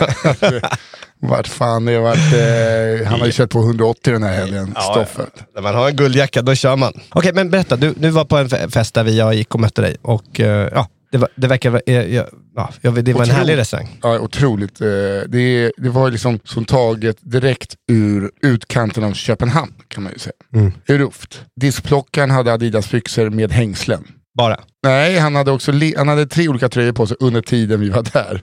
Speaker 3: Vart fan, det vart, eh, han har ju kört på 180 den här helgen, Stoffet.
Speaker 2: När man har en guldjacka, då kör man. Okej, men berätta. Du, du var på en fe- fest där vi, jag gick och mötte dig. Och eh, ja, det, var, det verkar... vara- eh, ja, ja, jag- det var en
Speaker 3: Otroligt.
Speaker 2: härlig restaurang.
Speaker 3: Ja, otroligt. Eh, det, det var ju liksom som taget direkt ur utkanten av Köpenhamn, kan man ju säga.
Speaker 2: Mm.
Speaker 3: Ur luft. Diskplockaren hade Adidas byxor med hängslen.
Speaker 2: Bara.
Speaker 3: Nej, han hade, också le- han hade tre olika tröjor på sig under tiden vi var där.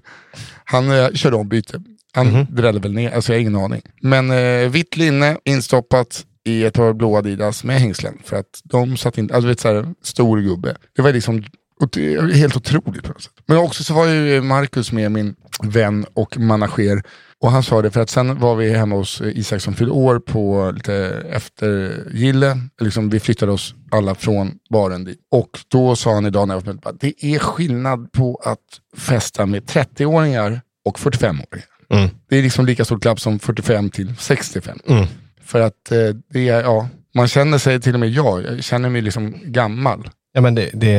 Speaker 3: Han eh, körde om byte. Han drällde väl ner, alltså jag har ingen aning. Men eh, vitt linne instoppat i ett par blåa Adidas med hängslen. För att de satt inte, alltså du vet såhär, stor gubbe. Det var liksom ot- helt otroligt på något sätt. Men också så var ju Marcus med, min vän och manager. Och han sa det för att sen var vi hemma hos Isak som fyllde år på lite eftergille. Liksom, vi flyttade oss alla från baren dit. Och då sa han idag när jag var med, det är skillnad på att festa med 30-åringar och 45-åringar. Det är liksom lika stor klapp som 45 till 65. För att eh, det är, ja, man känner sig, till och med jag, jag känner mig liksom gammal.
Speaker 2: Ja, men det, det,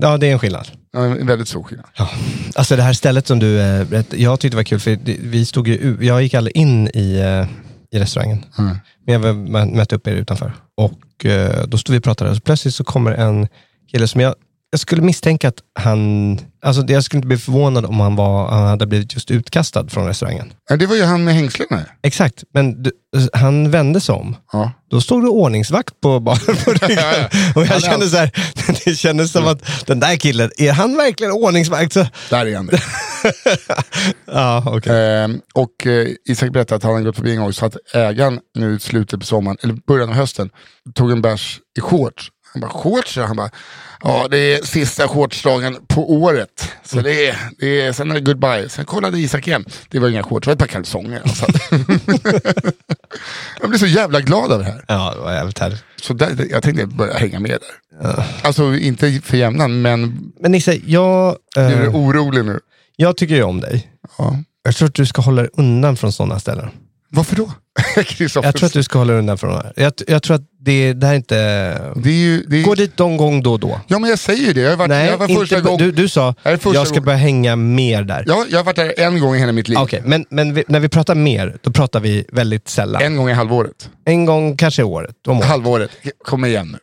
Speaker 2: ja, det är en skillnad.
Speaker 3: Ja, En väldigt stor skillnad.
Speaker 2: Ja. Alltså det här stället som du... eh, berätt- Jag tyckte det var kul, för det- vi stod ju, u- jag gick aldrig in i, eh, i restaurangen.
Speaker 3: Mm.
Speaker 2: Men jag var- mö- mötte upp er utanför. Och eh, då stod vi och pratade och så plötsligt så kommer en kille som jag, jag skulle misstänka att han... Alltså det- jag skulle inte bli förvånad om han, var, han hade blivit just utkastad från restaurangen.
Speaker 3: Ja, Det var ju han med hängslena.
Speaker 2: Exakt, men du, han vände sig om.
Speaker 3: Ja.
Speaker 2: Då stod det ordningsvakt på baren på ryggen. Och jag kände så här, det kändes
Speaker 3: Mm.
Speaker 2: som att den där killen, är han verkligen ordningsvakt? Så,
Speaker 3: Där är han. det.
Speaker 2: ja, okej.
Speaker 3: Ehm, och eh, Isak berättade att han hade gått förbi en gång så att ägaren nu i slutet på sommaren, eller början av hösten, tog en bärs i shorts. Han bara, shorts? ja." Han bara, ja det är sista shortsdagen på året. Så
Speaker 2: Mm.
Speaker 3: det är, det är, sen är det goodbye. Sen kollade Isak igen. Det var inga shorts, det var ett par kalsonger. Alltså. jag blev så jävla glad över det här.
Speaker 2: Ja, det var jävligt härligt.
Speaker 3: Så där, jag tänkte börja hänga med där. Alltså inte för jämnan, men
Speaker 2: Men Nisse, jag,
Speaker 3: nu är du
Speaker 2: eh,
Speaker 3: orolig nu.
Speaker 2: jag tycker ju om dig.
Speaker 3: Ja.
Speaker 2: Jag tror att du ska hålla dig undan från sådana ställen.
Speaker 3: Varför då? Kristoffer.
Speaker 2: Jag tror att du ska hålla dig undan från det här. Jag, t- jag tror att det, det här är inte...
Speaker 3: Det är ju, det är...
Speaker 2: Gå dit någon gång då och då.
Speaker 3: Ja men jag säger ju det, jag har varit,
Speaker 2: Nej,
Speaker 3: jag var första
Speaker 2: inte,
Speaker 3: gång,
Speaker 2: du, du sa
Speaker 3: Jag är första
Speaker 2: jag ska
Speaker 3: gång-
Speaker 2: börja hänga mer där.
Speaker 3: Ja, jag har varit där en gång i hela mitt liv.
Speaker 2: Okej, men, men vi, när vi pratar mer, då pratar vi väldigt sällan. En,
Speaker 3: En gång i halvåret.
Speaker 2: gång kanske i året. Om året.
Speaker 3: Halvåret, kom igen nu.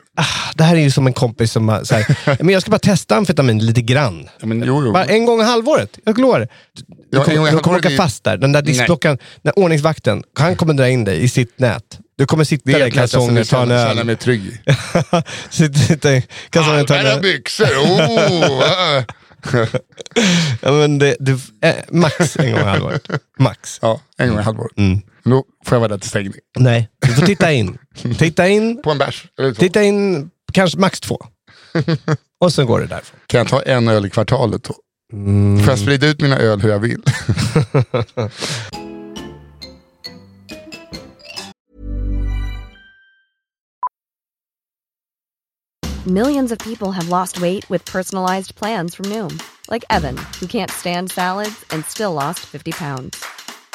Speaker 2: Det här är ju som en kompis som bara, så här, men jag ska bara testa amfetamin lite grann.
Speaker 3: Ja, men, jo, jo.
Speaker 2: Bara en gång i halvåret, jag lovar. Du,
Speaker 3: Mm. Ja,
Speaker 2: du
Speaker 3: en gång i
Speaker 2: kommer, du kommer
Speaker 3: halvåret
Speaker 2: åka
Speaker 3: är-
Speaker 2: fast där. Den där diskklockan, den där ordningsvakten, han kommer dra in dig i sitt nät. Du kommer sitta
Speaker 3: det är
Speaker 2: där i
Speaker 3: ett lätt som
Speaker 2: kalsonger,
Speaker 3: jag
Speaker 2: ta en
Speaker 3: känner, känner
Speaker 2: öl.
Speaker 3: mig trygg i.
Speaker 2: Sitta sitta i kalsonger, ta en
Speaker 3: Allmänna
Speaker 2: öl.
Speaker 3: byxor, oh! va?
Speaker 2: ja, men det, det, eh, max en gång i halvåret. Max.
Speaker 3: Ja, en gång i halvåret.
Speaker 2: Mm.
Speaker 3: Då får jag vara där till stängning.
Speaker 2: Nej, du får titta in. Titta in,
Speaker 3: På en bärs. eller två.
Speaker 2: titta in kanske max två. Och sen går det därifrån.
Speaker 3: Kan jag ta en öl i kvartalet då? Får
Speaker 2: Mm.
Speaker 3: jag sprida ut mina öl hur jag vill?
Speaker 5: Millions of people have lost weight with personalized plans from Noom, like Evan, who can't stand salads and still lost 50 pounds.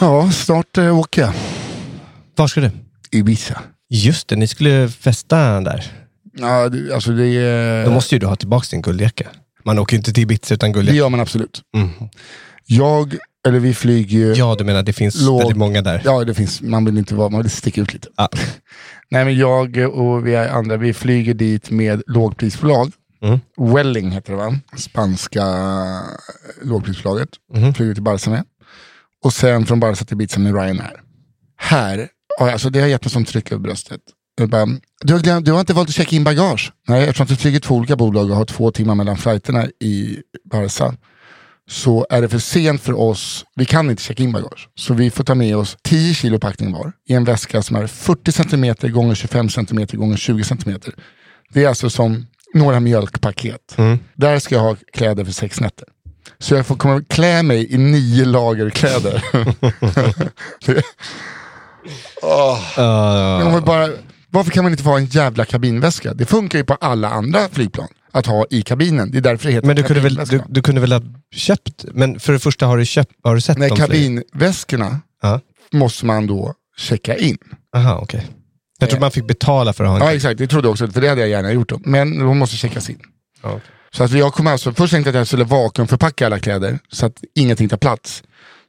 Speaker 3: Ja, snart eh, åker jag.
Speaker 2: Var ska du?
Speaker 3: Ibiza.
Speaker 2: Just det, ni skulle festa där.
Speaker 3: Ja, det, alltså det är...
Speaker 2: Då måste ju du ha tillbaka din guldjacka. Man åker ju inte till Ibiza utan
Speaker 3: Det
Speaker 2: guldjacka.
Speaker 3: gör man absolut.
Speaker 2: Mm.
Speaker 3: Jag, eller vi flyger ju...
Speaker 2: Ja, du menar det finns
Speaker 3: Låg-
Speaker 2: väldigt många där.
Speaker 3: Ja, det finns. Man vill inte vara, man vill sticka ut lite.
Speaker 2: Ja.
Speaker 3: Nej, men jag och vi andra, vi flyger dit med lågprisbolag.
Speaker 2: Mm.
Speaker 3: Welling heter det va? Spanska lågprisbolaget.
Speaker 2: Mm.
Speaker 3: Flyger till Barca med. Och sen från Barca till Ibiza med Ryanair. Här, ja, alltså det har gett mig sånt tryck över bröstet. Jag bara, du, har glömt, du har inte valt att checka in bagage? Nej, eftersom vi flyger två olika bolag och har två timmar mellan flighterna i Barca så är det för sent för oss. Vi kan inte checka in bagage. Så vi får ta med oss 10 kilo packning var i en väska som är 40 centimeter gånger 25 centimeter gånger 20 centimeter. Det är alltså som några mjölkpaket.
Speaker 2: Mm.
Speaker 3: Där ska jag ha kläder för sex nätter. Så jag får komma klä mig i nio lager kläder. Det-
Speaker 2: Ja,
Speaker 3: Jag vill bara, varför kan man inte få ha en jävla kabinväska? Det funkar ju på alla andra flygplan att ha i kabinen. Det är därför det heter
Speaker 2: men du kunde, väl,
Speaker 3: kabinväska.
Speaker 2: du, du kunde väl ha köpt? Men för det första, har du, köpt, har du sett
Speaker 3: Nej,
Speaker 2: dem?
Speaker 3: kabinväskorna
Speaker 2: Ja.
Speaker 3: måste man då checka in.
Speaker 2: Aha, okej. Jag trodde man fick betala för att ha en
Speaker 3: Ja exakt, det trodde jag också, för det hade jag gärna gjort. Då. Men de måste checkas in.
Speaker 2: Ja, okej.
Speaker 3: Så att jag kom alltså, först tänkte jag att jag skulle vakuumförpacka alla kläder så att ingenting tar plats.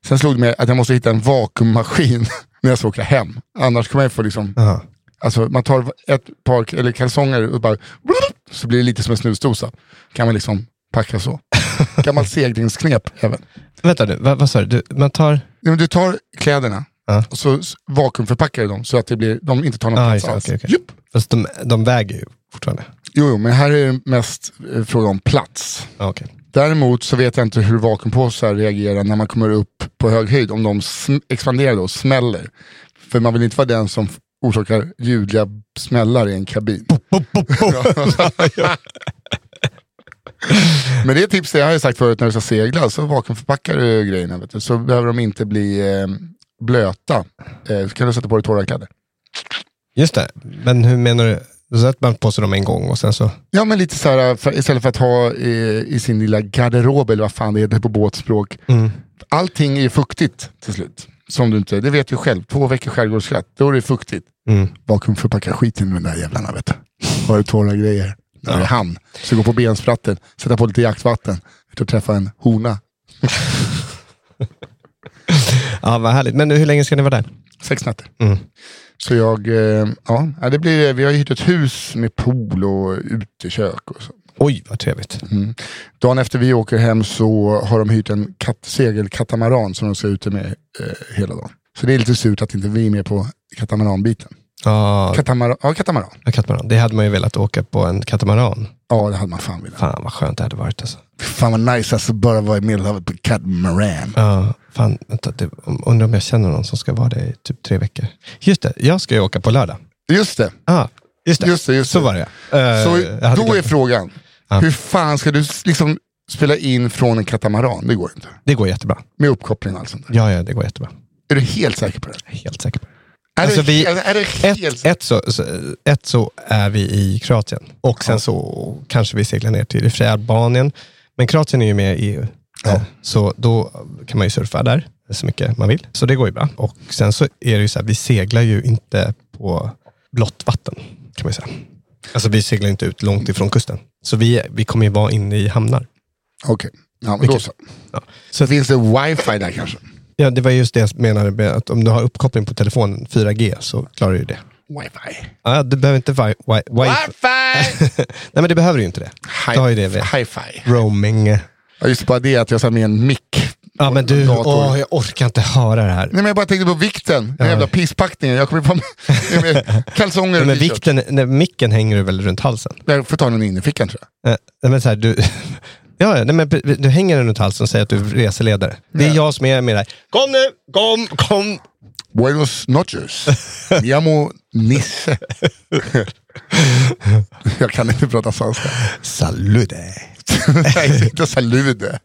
Speaker 3: Sen slog det mig att jag måste hitta en vakuummaskin när jag ska åka hem. Annars kommer jag få liksom,
Speaker 2: Aha.
Speaker 3: alltså man tar ett par eller kalsonger och bara så blir det lite som en snusdosa. Kan man liksom packa så. Gammalt seglingsknep även.
Speaker 2: Vänta nu, vad, vad sa du? du? Man tar...
Speaker 3: Nej, men du tar kläderna
Speaker 2: Ja.
Speaker 3: och så s- vakuumförpackar du dem så att det blir, de inte tar någon
Speaker 2: Ah,
Speaker 3: plats
Speaker 2: just, det,
Speaker 3: alls.
Speaker 2: okej, okej.
Speaker 3: Jupp.
Speaker 2: Fast de, de väger ju fortfarande.
Speaker 3: Jo, jo, men här är det mest eh, fråga om plats.
Speaker 2: Ja, Ah, okej.
Speaker 3: Däremot så vet jag inte hur vakuumpåsar reagerar när man kommer upp på hög höjd, om de sm- expanderar då och smäller. För man vill inte vara den som f- orsakar ljudliga smällar i en kabin. Ja. Men det är ett tips, det har jag sagt förut när du ska segla, så vakuumförpackar du grejerna. Vet du. Så behöver de inte bli eh, blöta. Eh, så kan du sätta på dig torra kläder.
Speaker 2: Just det, men hur menar du? Då sätter man på sig dem en gång och sen så...
Speaker 3: Ja men lite så här, äh, för, istället för att ha i, i sin lilla garderob eller vad fan det heter på båtspråk.
Speaker 2: Mm.
Speaker 3: Allting är ju fuktigt till slut. Som du inte, det vet du själv, två veckor skärgårdsskatt, då är det fuktigt.
Speaker 2: Mm.
Speaker 3: Vakuumförpacka skiten med de där jävlarna vet du. Har du torra grejer. När det är han. Så gå på benspratten, sätta på lite jaktvatten. Ut och träffa en hona.
Speaker 2: Ja, vad härligt. Men hur länge ska ni vara där?
Speaker 3: Sex nätter.
Speaker 2: Mm.
Speaker 3: Så jag, eh, ja, ja, det blir, vi har ju hyrt ett hus med pool och utekök och så.
Speaker 2: Oj, vad trevligt.
Speaker 3: Mm. Dagen efter vi åker hem så har de hyrt en kat- segelkatamaran som de ska ute med eh, hela dagen. Så det är lite surt att inte vi är med på katamaranbiten.
Speaker 2: Ja,
Speaker 3: Katamaran. Ja, katamaran.
Speaker 2: en katamaran. Det hade man ju velat åka på en katamaran.
Speaker 3: Ja, det hade man fan velat.
Speaker 2: Fan vad skönt det hade varit alltså.
Speaker 3: Fan vad nice alltså, bara vara i Medelhavet på katamaran.
Speaker 2: Ja, fan, vänta, det, undrar om jag känner någon som ska vara det i typ tre veckor. Just det, jag ska ju åka på lördag.
Speaker 3: Just det.
Speaker 2: Ah, just det,
Speaker 3: Just det, just
Speaker 2: så
Speaker 3: det.
Speaker 2: var det ja.
Speaker 3: Så
Speaker 2: Eh, jag hade
Speaker 3: då är
Speaker 2: glömt-
Speaker 3: frågan, hur fan ska du s- liksom spela in från en katamaran? Det går inte.
Speaker 2: Det går jättebra.
Speaker 3: Med uppkoppling och allt sånt där.
Speaker 2: Ja, ja, det går jättebra.
Speaker 3: Är du helt säker på det?
Speaker 2: Jag är helt säker på det.
Speaker 3: Är
Speaker 2: Alltså,
Speaker 3: du,
Speaker 2: vi-
Speaker 3: he- är du helt
Speaker 2: Ett,
Speaker 3: säker?
Speaker 2: ett, så, så- ett så är vi i Kroatien och sen så kanske vi seglar ner till i och för sig Albanien. Men Kroatien är ju med i EU. Eh, Så då kan man ju surfa där så mycket man vill. Så det går ju bra. Och sen så är det ju så här, vi seglar ju inte på blått vatten kan man ju säga. Alltså vi seglar inte ut långt ifrån kusten. Så vi, vi kommer ju vara inne i hamnar.
Speaker 3: Okej, ja, men då
Speaker 2: Vilket-
Speaker 3: så.
Speaker 2: Ja. Så att,
Speaker 3: Finns det wifi där kanske?
Speaker 2: ja, det var just det jag menade med att om du har uppkoppling på telefonen 4G så klarar du ju det.
Speaker 3: Wifi.
Speaker 2: Ja, du behöver inte wi- wi- wifi.
Speaker 3: Wifi!
Speaker 2: Nej men det behöver ju inte det.
Speaker 3: Hi-
Speaker 2: Du har ju det vid
Speaker 3: Hi-fi.
Speaker 2: roaming.
Speaker 3: Ja, just bara det att jag sa med en mick.
Speaker 2: Ja men du,
Speaker 3: Dator.
Speaker 2: åh, jag orkar inte höra det här.
Speaker 3: Nej men jag bara tänkte på vikten. Den jävla pisspackningen. Jag kommer fram med, med kalsonger
Speaker 2: Nej,
Speaker 3: och
Speaker 2: men
Speaker 3: t-shirt.
Speaker 2: vikten, nej, micken hänger du väl runt halsen?
Speaker 3: Jag får ta den i innerfickan tror jag.
Speaker 2: Eh, Nej, men så här, du, ja, ja, nej, men pre- du hänger den runt halsen och säger att du är reseledare. Det är jag som är med dig. Kom nu, kom, kom.
Speaker 3: Buenos noches. Mi amo Nisse. jag kan inte prata svenska.
Speaker 2: Salude.
Speaker 3: Nej, inte salude.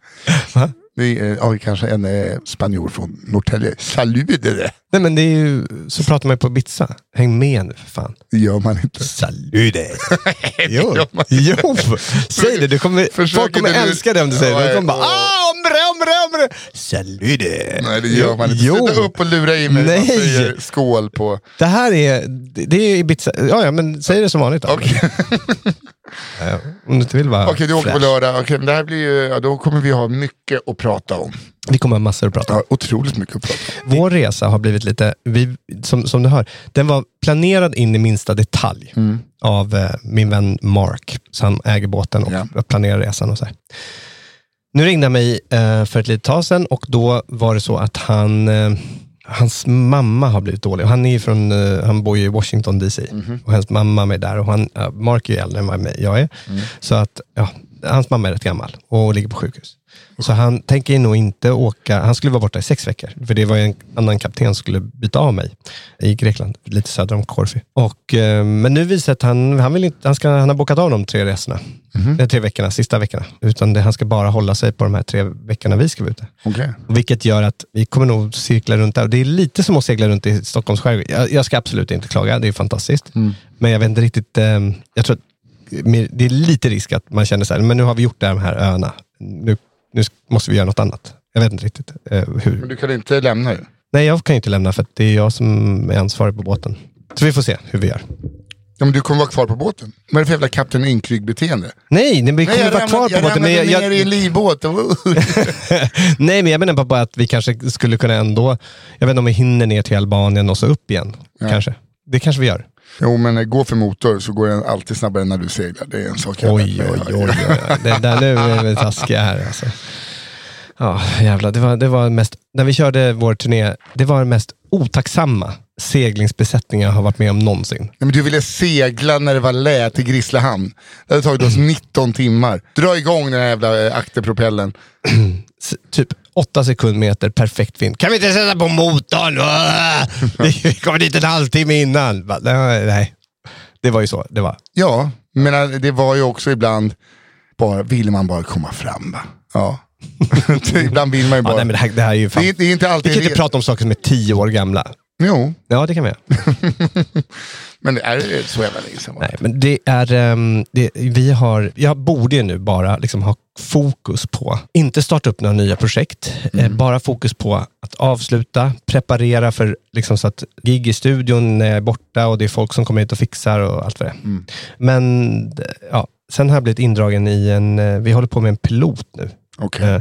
Speaker 3: Det är ja, kanske en eh, spanjor från Norrtälje. Salude,
Speaker 2: Nej men det är ju, så pratar man ju på Ibiza. Häng med nu för fan.
Speaker 3: det gör man inte.
Speaker 2: Salude. jo,
Speaker 3: gör man
Speaker 2: jo. säg det. Du kommer,
Speaker 3: Försök
Speaker 2: folk kommer
Speaker 3: inte nu.
Speaker 2: älska det om du säger det.
Speaker 3: Ja,
Speaker 2: De kommer bara,
Speaker 3: ja.
Speaker 2: ah, ombre, ombre, ombre. Salude.
Speaker 3: Nej, det gör man inte. Sluta upp och lura i mig att man
Speaker 2: Nej.
Speaker 3: säger skål på...
Speaker 2: Det här är, det det är Ibiza. Ja, ja, men säg det som vanligt då.
Speaker 3: Okej,
Speaker 2: Ja, Om du inte vill vara
Speaker 3: Okej, du åker på
Speaker 2: fräsch.
Speaker 3: lördag. Okej, men det här blir ju, ja, då kommer vi ha mycket att prata om.
Speaker 2: Vi kommer ha massor att prata om.
Speaker 3: Ja, otroligt mycket att prata om.
Speaker 2: Vår resa har blivit lite, vi, som, som du hör, den var planerad in i minsta detalj av eh, min vän Mark, som äger båten och
Speaker 3: Ja.
Speaker 2: planerar resan. och så här. Nu ringde han mig eh, för ett litet tag sedan och då var det så att han, eh, hans mamma har blivit dålig. Han, är ju från, eh, han bor ju i Washington DC och hans mamma är där och han, eh, Mark är ju äldre än vad jag är. Så att, ja, hans mamma är rätt gammal och ligger på sjukhus. Så han tänker nog inte åka, han skulle vara borta i sex veckor. För det var ju en annan kapten som skulle byta av mig i Grekland, lite söder om Korfu. Och, eh, men nu visar det att han, han, vill inte, han, ska, han har bokat av de tre resorna. De tre veckorna, sista veckorna. Utan det, han ska bara hålla sig på de här tre veckorna vi ska vara ute.
Speaker 3: Okej.
Speaker 2: Vilket gör att vi kommer nog cirkla runt där. Och det är lite som att segla runt i Stockholms skärgård. Jag, jag ska absolut inte klaga, det är fantastiskt.
Speaker 3: Mm.
Speaker 2: Men jag vet inte riktigt, eh, jag tror att med- det är lite risk att man känner så här, men nu har vi gjort de här öarna. Nu, nu måste vi göra något annat. Jag vet inte riktigt eh, hur.
Speaker 3: Men du kan inte lämna ju.
Speaker 2: Nej, jag kan ju inte lämna för att det är jag som är ansvarig på båten. Så vi får se hur vi gör.
Speaker 3: Ja, men du kommer vara kvar på båten. Vad är det för jävla kapten Änkrygg-beteende?
Speaker 2: Nej, nej men vi
Speaker 3: Nej,
Speaker 2: kommer
Speaker 3: jag
Speaker 2: vara
Speaker 3: ramlade,
Speaker 2: kvar på
Speaker 3: jag
Speaker 2: båten.
Speaker 3: ramlade
Speaker 2: Men jag,
Speaker 3: ner i en
Speaker 2: jag,
Speaker 3: livbåt.
Speaker 2: nej, men jag menar bara att vi kanske skulle kunna ändå, jag vet inte om vi hinner ner till Albanien och så upp igen. Kanske. Det kanske vi gör.
Speaker 3: jo, men eh, gå för motor så går den alltid snabbare än när du seglar. Det är en sak jag har lärt
Speaker 2: Oj,
Speaker 3: mig.
Speaker 2: oj, oj. oj. Det där nu är vi taskiga här alltså. Ja, jävlar. Det var, det var mest, när vi körde vår turné, det var den mest otacksamma seglingsbesättning jag har varit med om någonsin.
Speaker 3: Nej, men du ville segla när det var lä till Grisslehamn. Det hade tagit oss 19 timmar. Dra igång den här jävla eh, akterpropellen.
Speaker 2: S- typ åtta sekundmeter, perfekt vind. Kan vi inte sätta på motorn? Ah! Vi kommer dit en halvtimme innan. Bara, Nej, nej. det var ju så det var.
Speaker 3: Ja, men eh, det var ju också ibland, bara, ville man bara komma fram va? Ja. ibland vill man ju
Speaker 2: Ja,
Speaker 3: bara.
Speaker 2: nej, men det, här, det här är ju fan...
Speaker 3: Det är- det är inte alltid
Speaker 2: Vi kan
Speaker 3: en
Speaker 2: inte
Speaker 3: re-
Speaker 2: prata om saker som är tio år gamla.
Speaker 3: Jo,
Speaker 2: Ja, det kan vi göra.
Speaker 3: men det är det så jävla länge sedan? va?
Speaker 2: Nej, men det är, ehm, det, vi har, jag borde ju nu bara liksom ha fokus på, inte starta upp några nya projekt,
Speaker 3: Mm.
Speaker 2: eh, bara fokus på att avsluta, preparera för liksom, så att gig i studion när jag är borta och det är folk som kommer hit och fixar och allt vad det är.
Speaker 3: Mm.
Speaker 2: Men d- ja, sen har jag blivit indragen i en, eh, vi håller på med en pilot nu.
Speaker 3: Okej.
Speaker 2: Eh,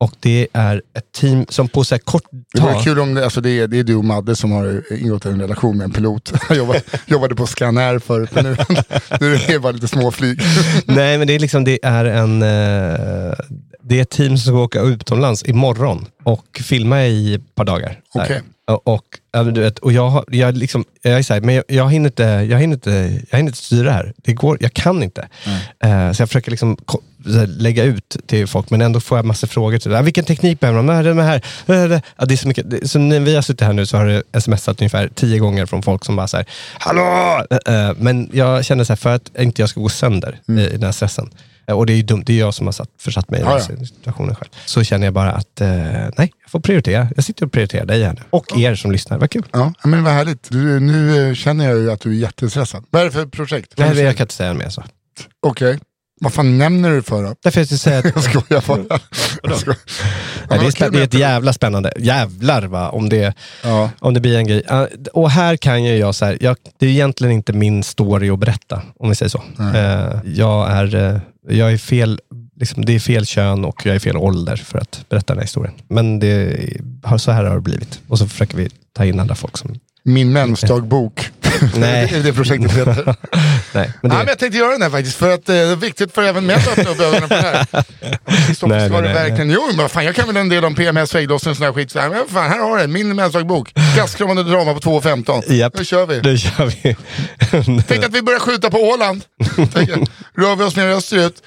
Speaker 2: och det är ett team som på så här kort
Speaker 3: Det vore kul om det, alltså det, är, det är du och Madde som har eh, ingått en relation med en pilot. Jag jobbade, jobbade på Scanair förut, men nu, nu är det bara lite småflyg.
Speaker 2: Nej, men det är liksom, det är en... eh, Det är ett team som ska åka utomlands imorgon och filma i ett par dagar. där.
Speaker 3: Okej.
Speaker 2: Och Ja, men du vet, och jag, har- jag, liksom, jag är så här, men jag, jag, hinner inte, jag, hinner inte, jag hinner inte styra det här. Det går, jag kan inte. Eh, så jag försöker liksom, ko- så här, lägga ut till folk, men ändå får jag massa frågor. Till det. Ah, Vilken teknik behöver de? Ah, Det, här, det här. Ja, det är så mycket. Det, så när vi har suttit här nu så har det smsat ungefär tio gånger från folk som bara så här, hallå! Eh, eh, men jag känner så här, för att inte jag ska gå sönder i, i den här stressen, eh, och det är ju dumt, det är jag som har satt, försatt mig i den här
Speaker 3: Mm. Ja, ja.
Speaker 2: situationen själv. Så känner jag bara att, eh, nej, jag får prioritera. Jag sitter och prioriterar dig här nu. Och er som lyssnar, vad kul.
Speaker 3: Ja, men vad härligt. Du, nu eh, känner jag ju att du är jättestressad. Vad är det för projekt?
Speaker 2: Nej, men jag kan inte säga mer så.
Speaker 3: Okej. Vad fan nämner du för då?
Speaker 2: Därför jag skulle säga att
Speaker 3: Jag skojar bara. Jag skojar.
Speaker 2: nej, det, är,
Speaker 3: vad
Speaker 2: spä-
Speaker 3: kul
Speaker 2: det är
Speaker 3: med
Speaker 2: ett jävla spännande. Jävlar va, om det,
Speaker 3: Ja.
Speaker 2: om det blir en grej. Ah, d- Och här kan ju jag, så här, jag, det är egentligen inte min story att berätta, om vi säger så. Eh, jag, är, eh, jag är fel, liksom, det är fel kön och jag är fel ålder för att berätta den här historien. Men det, har- så här har det blivit. Och så försöker vi ta in andra folk som...
Speaker 3: Min mensdagbok.
Speaker 2: Nej.
Speaker 3: det är det projektet heter.
Speaker 2: Nej, men
Speaker 3: Nej,
Speaker 2: det,
Speaker 3: men jag tänkte göra den här faktiskt, för att eh, det är viktigt för även män att öppna upp ögonen på det här. Sist också
Speaker 2: Nej,
Speaker 3: var det
Speaker 2: nej, nej.
Speaker 3: verkligen, jo men vad fan jag kan väl en del om PMS, vägglossning och sån här skit. Så här, men vad fan, här har du den, min mensdagbok. Gastkramande drama på 2.15.
Speaker 2: Japp.
Speaker 3: Nu kör vi.
Speaker 2: nu kör vi.
Speaker 3: Tänk att vi börjar skjuta på Åland. Tänk, Rör vi oss ner österut.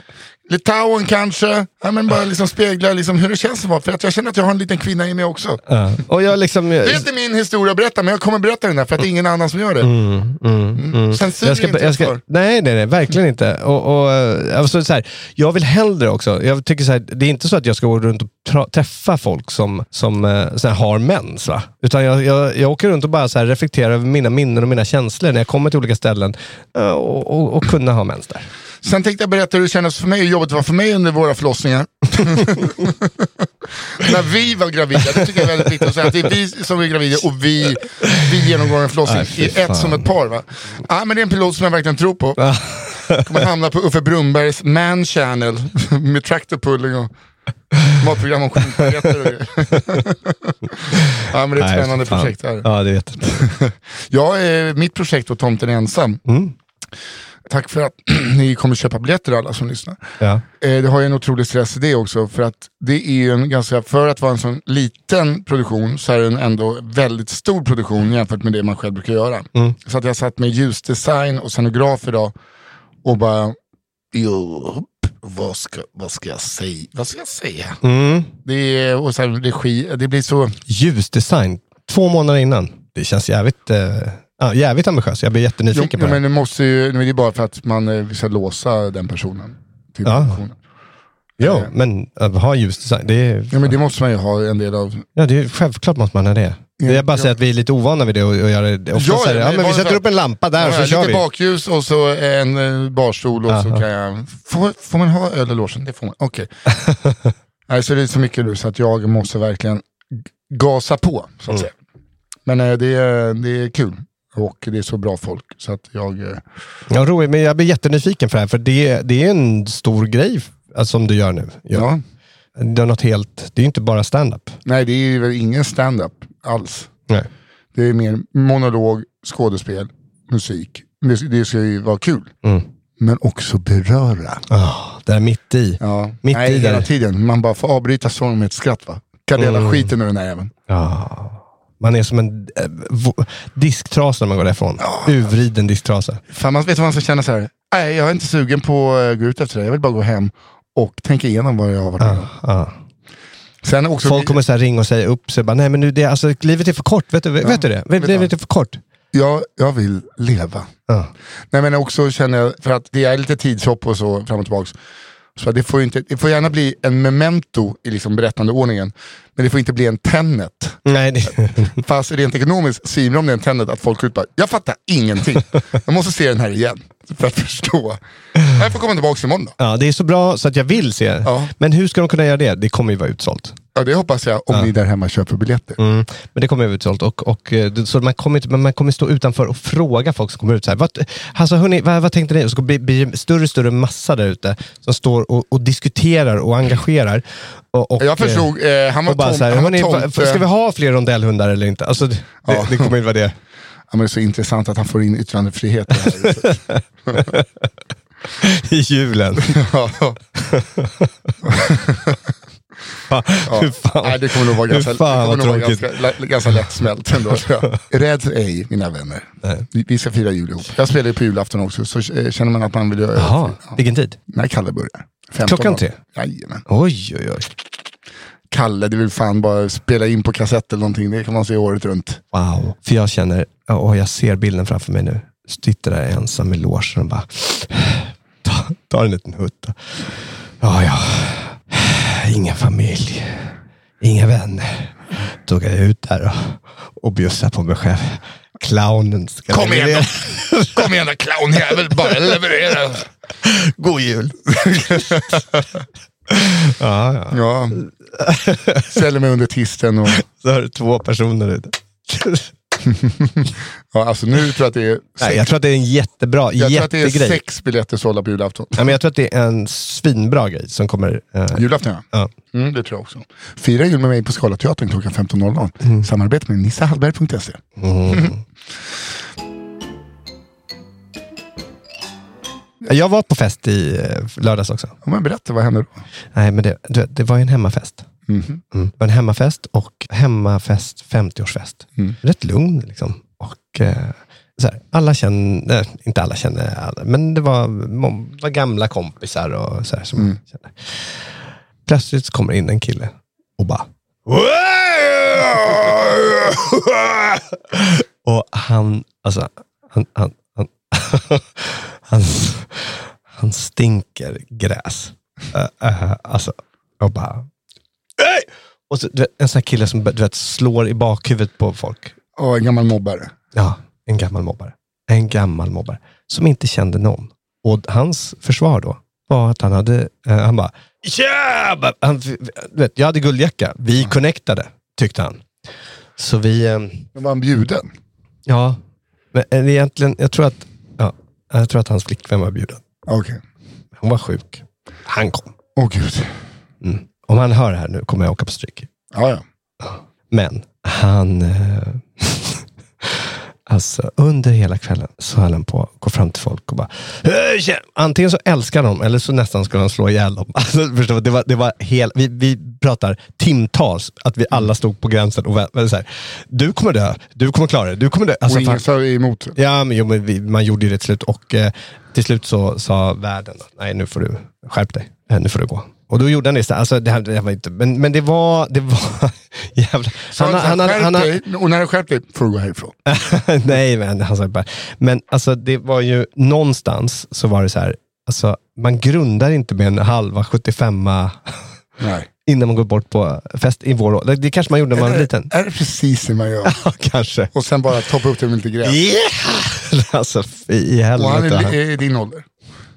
Speaker 3: Litauen kanske. Ja, men bara liksom spegla liksom hur det känns att vara. För att jag känner att jag har en liten kvinna i mig också.
Speaker 2: Ja. Och jag liksom...
Speaker 3: Det är inte min historia att berätta, men jag kommer berätta den här för att det är ingen annan som gör det. Mm. Censur
Speaker 2: Mm, jag ska,
Speaker 3: är inte
Speaker 2: jag ska,
Speaker 3: för.
Speaker 2: nej, nej, nej, verkligen inte. Och, och, eh, alltså, så här, jag vill hellre också, jag tycker så här, det är inte så att jag ska gå runt och tra- träffa folk som, som eh, så här, har mens. Va? Utan jag, jag, jag åker runt och bara så här, reflekterar över mina minnen och mina känslor när jag kommer till olika ställen eh, och, och, och kunna ha mens där.
Speaker 3: Sen tänkte jag berätta hur det kändes för mig och jobbet var för mig under våra förlossningar. När vi var gravida, det tycker jag är väldigt viktigt att säga. Att det är vi som är gravida och vi, vi genomgår en förlossning
Speaker 2: Nej, fy
Speaker 3: i ett
Speaker 2: fan.
Speaker 3: som ett par. Va? Ja, men det är en pilot som jag verkligen tror på. Kommer hamna på Uffe Brunnbergs Man Channel med tractor pulling och matprogram om skinkpaletter och grejer. Ja men det är ett
Speaker 2: Nej,
Speaker 3: spännande
Speaker 2: fan.
Speaker 3: projekt. Här.
Speaker 2: Ja, det vet jag.
Speaker 3: Jag är mitt projekt och Tomten är ensam. Tack för att ni kommer köpa biljetter alla som lyssnar.
Speaker 2: Ja.
Speaker 3: Eh, det har ju en otrolig stress i det också. För att det är ju en ganska, för att vara en sån liten produktion så är den ändå väldigt stor produktion jämfört med det man själv brukar göra. Så att jag satt med ljusdesign och scenograf idag och bara, jo, vad ska, vad ska jag säga? Vad ska jag säga?
Speaker 2: Mm.
Speaker 3: Det, är, och sen regi, det blir så...
Speaker 2: Ljusdesign, två månader innan. Det känns jävligt, eh, ja, jävligt ambitiöst. Jag blir
Speaker 3: Jo,
Speaker 2: jättenyfiken
Speaker 3: jo,
Speaker 2: på det.
Speaker 3: men det måste ju, men det är bara för att man eh, ska låsa den personen. Till
Speaker 2: Ja.
Speaker 3: produktionen.
Speaker 2: Jo, men att ha ljusdesign, det är...
Speaker 3: Eh, Ja, men det måste man ju ha en del av
Speaker 2: Ja, det är, självklart måste man ha det.
Speaker 3: Ja,
Speaker 2: jag bara
Speaker 3: ja.
Speaker 2: säger att vi är lite ovana vid det och, och gör det. Ofta
Speaker 3: Ja,
Speaker 2: så är det,
Speaker 3: ja,
Speaker 2: ja,
Speaker 3: men
Speaker 2: men vi
Speaker 3: bara
Speaker 2: sätter
Speaker 3: för-
Speaker 2: upp en lampa där och
Speaker 3: Ja,
Speaker 2: så kör
Speaker 3: lite
Speaker 2: vi.
Speaker 3: bakljus och så en eh, barstol och så
Speaker 2: Aha.
Speaker 3: kan jag... Får, får man ha öl i logen? Det får man. Okej. Nej, så det är så mycket nu så att jag måste verkligen g- gasa på, så
Speaker 2: Mm.
Speaker 3: att säga. Men eh, det, är- det är kul. Och det är så bra folk. Så att jag... eh,
Speaker 2: Ja, roligt, men jag blir jättenyfiken för det här, för det, det är en stor grej alltså, som du gör nu. Ja.
Speaker 3: Ja.
Speaker 2: Det är något helt, det är ju inte bara stand-up.
Speaker 3: Nej, det är väl ingen stand-up alls.
Speaker 2: Nej.
Speaker 3: Det är mer monolog, skådespel, musik. Det, det ska ju vara kul.
Speaker 2: Mm.
Speaker 3: Men också beröra.
Speaker 2: Ah, det där mitt i.
Speaker 3: Ja.
Speaker 2: Mitt
Speaker 3: Nej,
Speaker 2: i
Speaker 3: hela
Speaker 2: där.
Speaker 3: tiden. Man bara får avbryta sången med ett skratt va? Kan dela
Speaker 2: Mm.
Speaker 3: skiten ur den här även.
Speaker 2: Ah. Man är som en eh, vo- disktrasa när man går därifrån. Urvriden disktrasa.
Speaker 3: Fan, man vet vad man ska känna så här. Nej, jag är inte sugen på att gå ut efter det. Jag vill bara gå hem och tänka igenom vad jag har varit med om.
Speaker 2: Ah.
Speaker 3: Sen också...
Speaker 2: Folk kommer så här ringa och säga upp sig. Bara, Nej, men nu, det, alltså, livet är för kort. Vet du, vet du det?
Speaker 3: vet
Speaker 2: Livet är för kort.
Speaker 3: jag, jag vill leva.
Speaker 2: Ah.
Speaker 3: Nej men också känner jag, för att det är lite tidshopp och så fram och tillbaks. Så det får, ju inte, det får gärna bli en memento i liksom berättandeordningen. Men det får inte bli en tennet.
Speaker 2: Nej, det...
Speaker 3: Fast rent ekonomiskt svinar om det är en tennet att folk går ut och bara, jag fattar ingenting. Jag måste se den här igen för att förstå. Jag får komma tillbaka imorgon då.
Speaker 2: Ja, det är så bra så att jag vill se det.
Speaker 3: Ja.
Speaker 2: Men hur ska de kunna göra det? Det kommer ju vara utsålt.
Speaker 3: Ja det hoppas jag om ni där hemma köper biljetter.
Speaker 2: Mm. Men det kommer ju vara utsålt. Och, och, eh, det- så man kommer, inte- men man kommer stå utanför och fråga folk som kommer ut. Så här, vad, alltså, hörni, vad, vad tänkte ni? Det ska bli, bli större och större massa där ute som står och, och diskuterar och engagerar. Och, och,
Speaker 3: Jag
Speaker 2: eh,
Speaker 3: förstod, eh, han var
Speaker 2: Och bara
Speaker 3: tom,
Speaker 2: så här,
Speaker 3: han var
Speaker 2: hörni, va-
Speaker 3: tomte.
Speaker 2: ska vi ha fler rondellhundar eller inte? Alltså, det,
Speaker 3: Ja.
Speaker 2: det kommer ju vara det.
Speaker 3: ja, men det är så intressant att han får in yttrandefrihet. i det här huset.
Speaker 2: I julen.
Speaker 3: Ja.
Speaker 2: fan, hur fan,
Speaker 3: Nej, det kommer nog vara
Speaker 2: hur
Speaker 3: ganska, det
Speaker 2: fan
Speaker 3: kommer
Speaker 2: vad
Speaker 3: nog vara
Speaker 2: tråkigt.
Speaker 3: ganska, la- ganska lättsmält ändå. tror jag. Räds ej, mina vänner. Vi, vi ska fira jul ihop. Jag spelar ju på julafton också, så eh, känner man att man vill göra
Speaker 2: Jaha,
Speaker 3: Ja.
Speaker 2: vilken tid?
Speaker 3: När Kalle börjar. 15
Speaker 2: Klockan
Speaker 3: år.
Speaker 2: tre?
Speaker 3: Jajamän.
Speaker 2: Oj, oj, oj.
Speaker 3: Kalle, det vill fan bara spela in på kassett eller någonting. Det kan man se året runt.
Speaker 2: Wow. För jag känner, ja, och jag ser bilden framför mig nu. Sitter där ensam i logen och bara ta, ta en liten hutt. Ja, ja. Ingen familj. Inga vänner. Tog jag ut där och, och bjussade på mig själv. Clownen ska
Speaker 3: Kom igen
Speaker 2: leverera.
Speaker 3: då. Kom igen då clownjävel, bara leverera.
Speaker 2: God jul. ja, ja.
Speaker 3: Ja. Ställer mig under tisten och...
Speaker 2: Så har du två personer ute.
Speaker 3: Ja, alltså nu tror jag att det är sex,
Speaker 2: Nej, jag tror att det är en jättebra,
Speaker 3: jag tror att det
Speaker 2: jättegrej.
Speaker 3: är sex biljetter sålda på julafton.
Speaker 2: Nej, men jag tror att det är en svinbra grej som kommer. Eh,
Speaker 3: Julafton ja.
Speaker 2: ja.
Speaker 3: Mm, det tror jag också. Fira jul med mig på Scalateatern klockan 15.00.
Speaker 2: Mm.
Speaker 3: Samarbete med nissahallberg.se.
Speaker 2: Jag var på fest i eh, lördags också.
Speaker 3: Ja, men berätta, vad händer då?
Speaker 2: Nej, men det, det, det var ju en hemmafest. Mm. Det var en hemmafest och hemmafest 50-årsfest. Rätt lugn liksom. Och, eh, så här, alla kände, eh, inte alla kände alla, men det var, må- var gamla kompisar och så här, som man kände. Plötsligt så kommer in en kille och bara Och han, alltså, han, han, han, han, han stinker gräs. Eh, eh, alltså, och bara... "Hej!" Och så, du vet, en sån här kille som du vet, slår i bakhuvudet på folk.
Speaker 3: Ja, en gammal mobbare.
Speaker 2: Ja, en gammal mobbare. En gammal mobbare. Som inte kände någon. Och hans försvar då var att han hade, eh, han bara, yeah! han, du vet, jag hade guldjacka. Vi connectade, tyckte han. Så vi, eh,
Speaker 3: Men var han bjuden?
Speaker 2: ja, men är det egentligen, jag tror att, ja, jag tror att hans flickvän var bjuden.
Speaker 3: Okej.
Speaker 2: Hon var sjuk. Han kom.
Speaker 3: Åh gud.
Speaker 2: Mm. Om han hör det här nu kommer jag åka på stryk.
Speaker 3: Ja, ja.
Speaker 2: Men han... Eh, alltså, under hela kvällen så höll han på att gå fram till folk och bara... "Hej, tjena!" Antingen så älskar de eller så nästan skulle han slå ihjäl dem. Alltså, förstår du? Det var, det var hel, vi, vi pratar timtals, att vi alla stod på gränsen och vä- så här, Du kommer dö, du kommer klara det, du kommer dö. Alltså,
Speaker 3: och ingen
Speaker 2: fan-
Speaker 3: sa emot.
Speaker 2: Ja, men, jo, men vi, man gjorde ju det till slut och eh, till slut så sa världen att nej, nu får du skärp dig. Eh, Nu får du gå. Och då gjorde han det. så- Alltså, det, här, det här var inte, men, men det var... Det var jävla,
Speaker 3: Sa Han,
Speaker 2: har-
Speaker 3: han,
Speaker 2: har-
Speaker 3: skärp
Speaker 2: har- Äh,
Speaker 3: dig, och när du skärpt dig får du gå härifrån.
Speaker 2: nej, men han sa bara... Men alltså, det var ju någonstans så var det så här, alltså, man grundar inte med en halva 75
Speaker 3: Nej.
Speaker 2: innan man går bort på fest i vår ålder. Det kanske man gjorde när man var liten.
Speaker 3: Är det precis det man gör?
Speaker 2: Ja, kanske.
Speaker 3: Och sen bara toppa upp det med lite gräs.
Speaker 2: Yeah! Alltså, fy i helvete.
Speaker 3: Och han är,
Speaker 2: han-
Speaker 3: li- är i din ålder.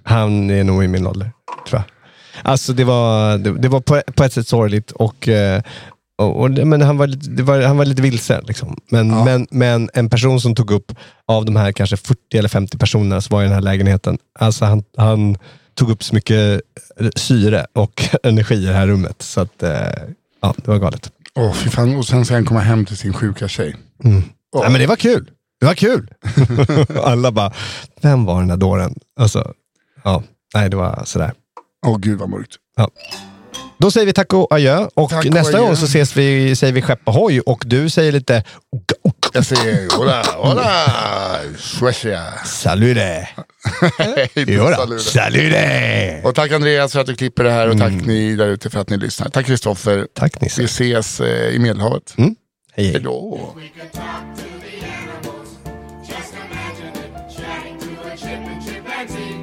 Speaker 2: Han är nog i min ålder, tror jag. Alltså det var, det, det var på, på ett sätt sorgligt och, eh, och, och det- men han, var lite, det var, han var lite vilsen. Liksom. Men, men, men en person som tog upp, av de här kanske 40 eller 50 personerna som var i den här lägenheten, alltså han, han tog upp så mycket eh, syre och energi i det här rummet. Så att, eh, ja, det var galet.
Speaker 3: Åh, fy fan. Och sen ska han komma hem till sin sjuka tjej.
Speaker 2: Mm. Nej, men det var kul. Det var kul. Alla bara, vem var den där dåren? Alltså, ja, nej, det var sådär.
Speaker 3: Åh gud vad mörkt.
Speaker 2: Då säger vi tack och adjö och
Speaker 3: Tack och
Speaker 2: nästa
Speaker 3: adjö.
Speaker 2: gång så ses vi, säger vi skepp ahoy och du säger lite "Oka, oka,
Speaker 3: Jag säger hola, hola, Suecia.
Speaker 2: salute.
Speaker 3: Hej då,
Speaker 2: Jodå,
Speaker 3: salut.
Speaker 2: salute.
Speaker 3: Och tack Andreas för att du klipper det här och tack ni där ute för att ni lyssnar. Tack Kristoffer.
Speaker 2: Tack
Speaker 3: Vi
Speaker 2: Nisse.
Speaker 3: ses eh, i Medelhavet.
Speaker 2: Hej, hej.
Speaker 3: Hej då.
Speaker 4: We could talk to the animals. Just imagine it. Chatting to a chip and chimpanzee.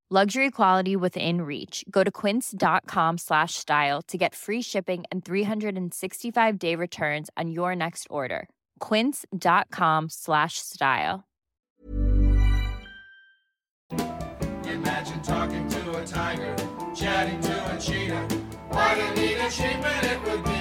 Speaker 1: Luxury quality within reach. Go to quince.com slash style to get free shipping and 365 day returns on your next order. Quince.com slash style.
Speaker 4: Imagine talking to a tiger, chatting to a cheetah. What an neat achievement it would be.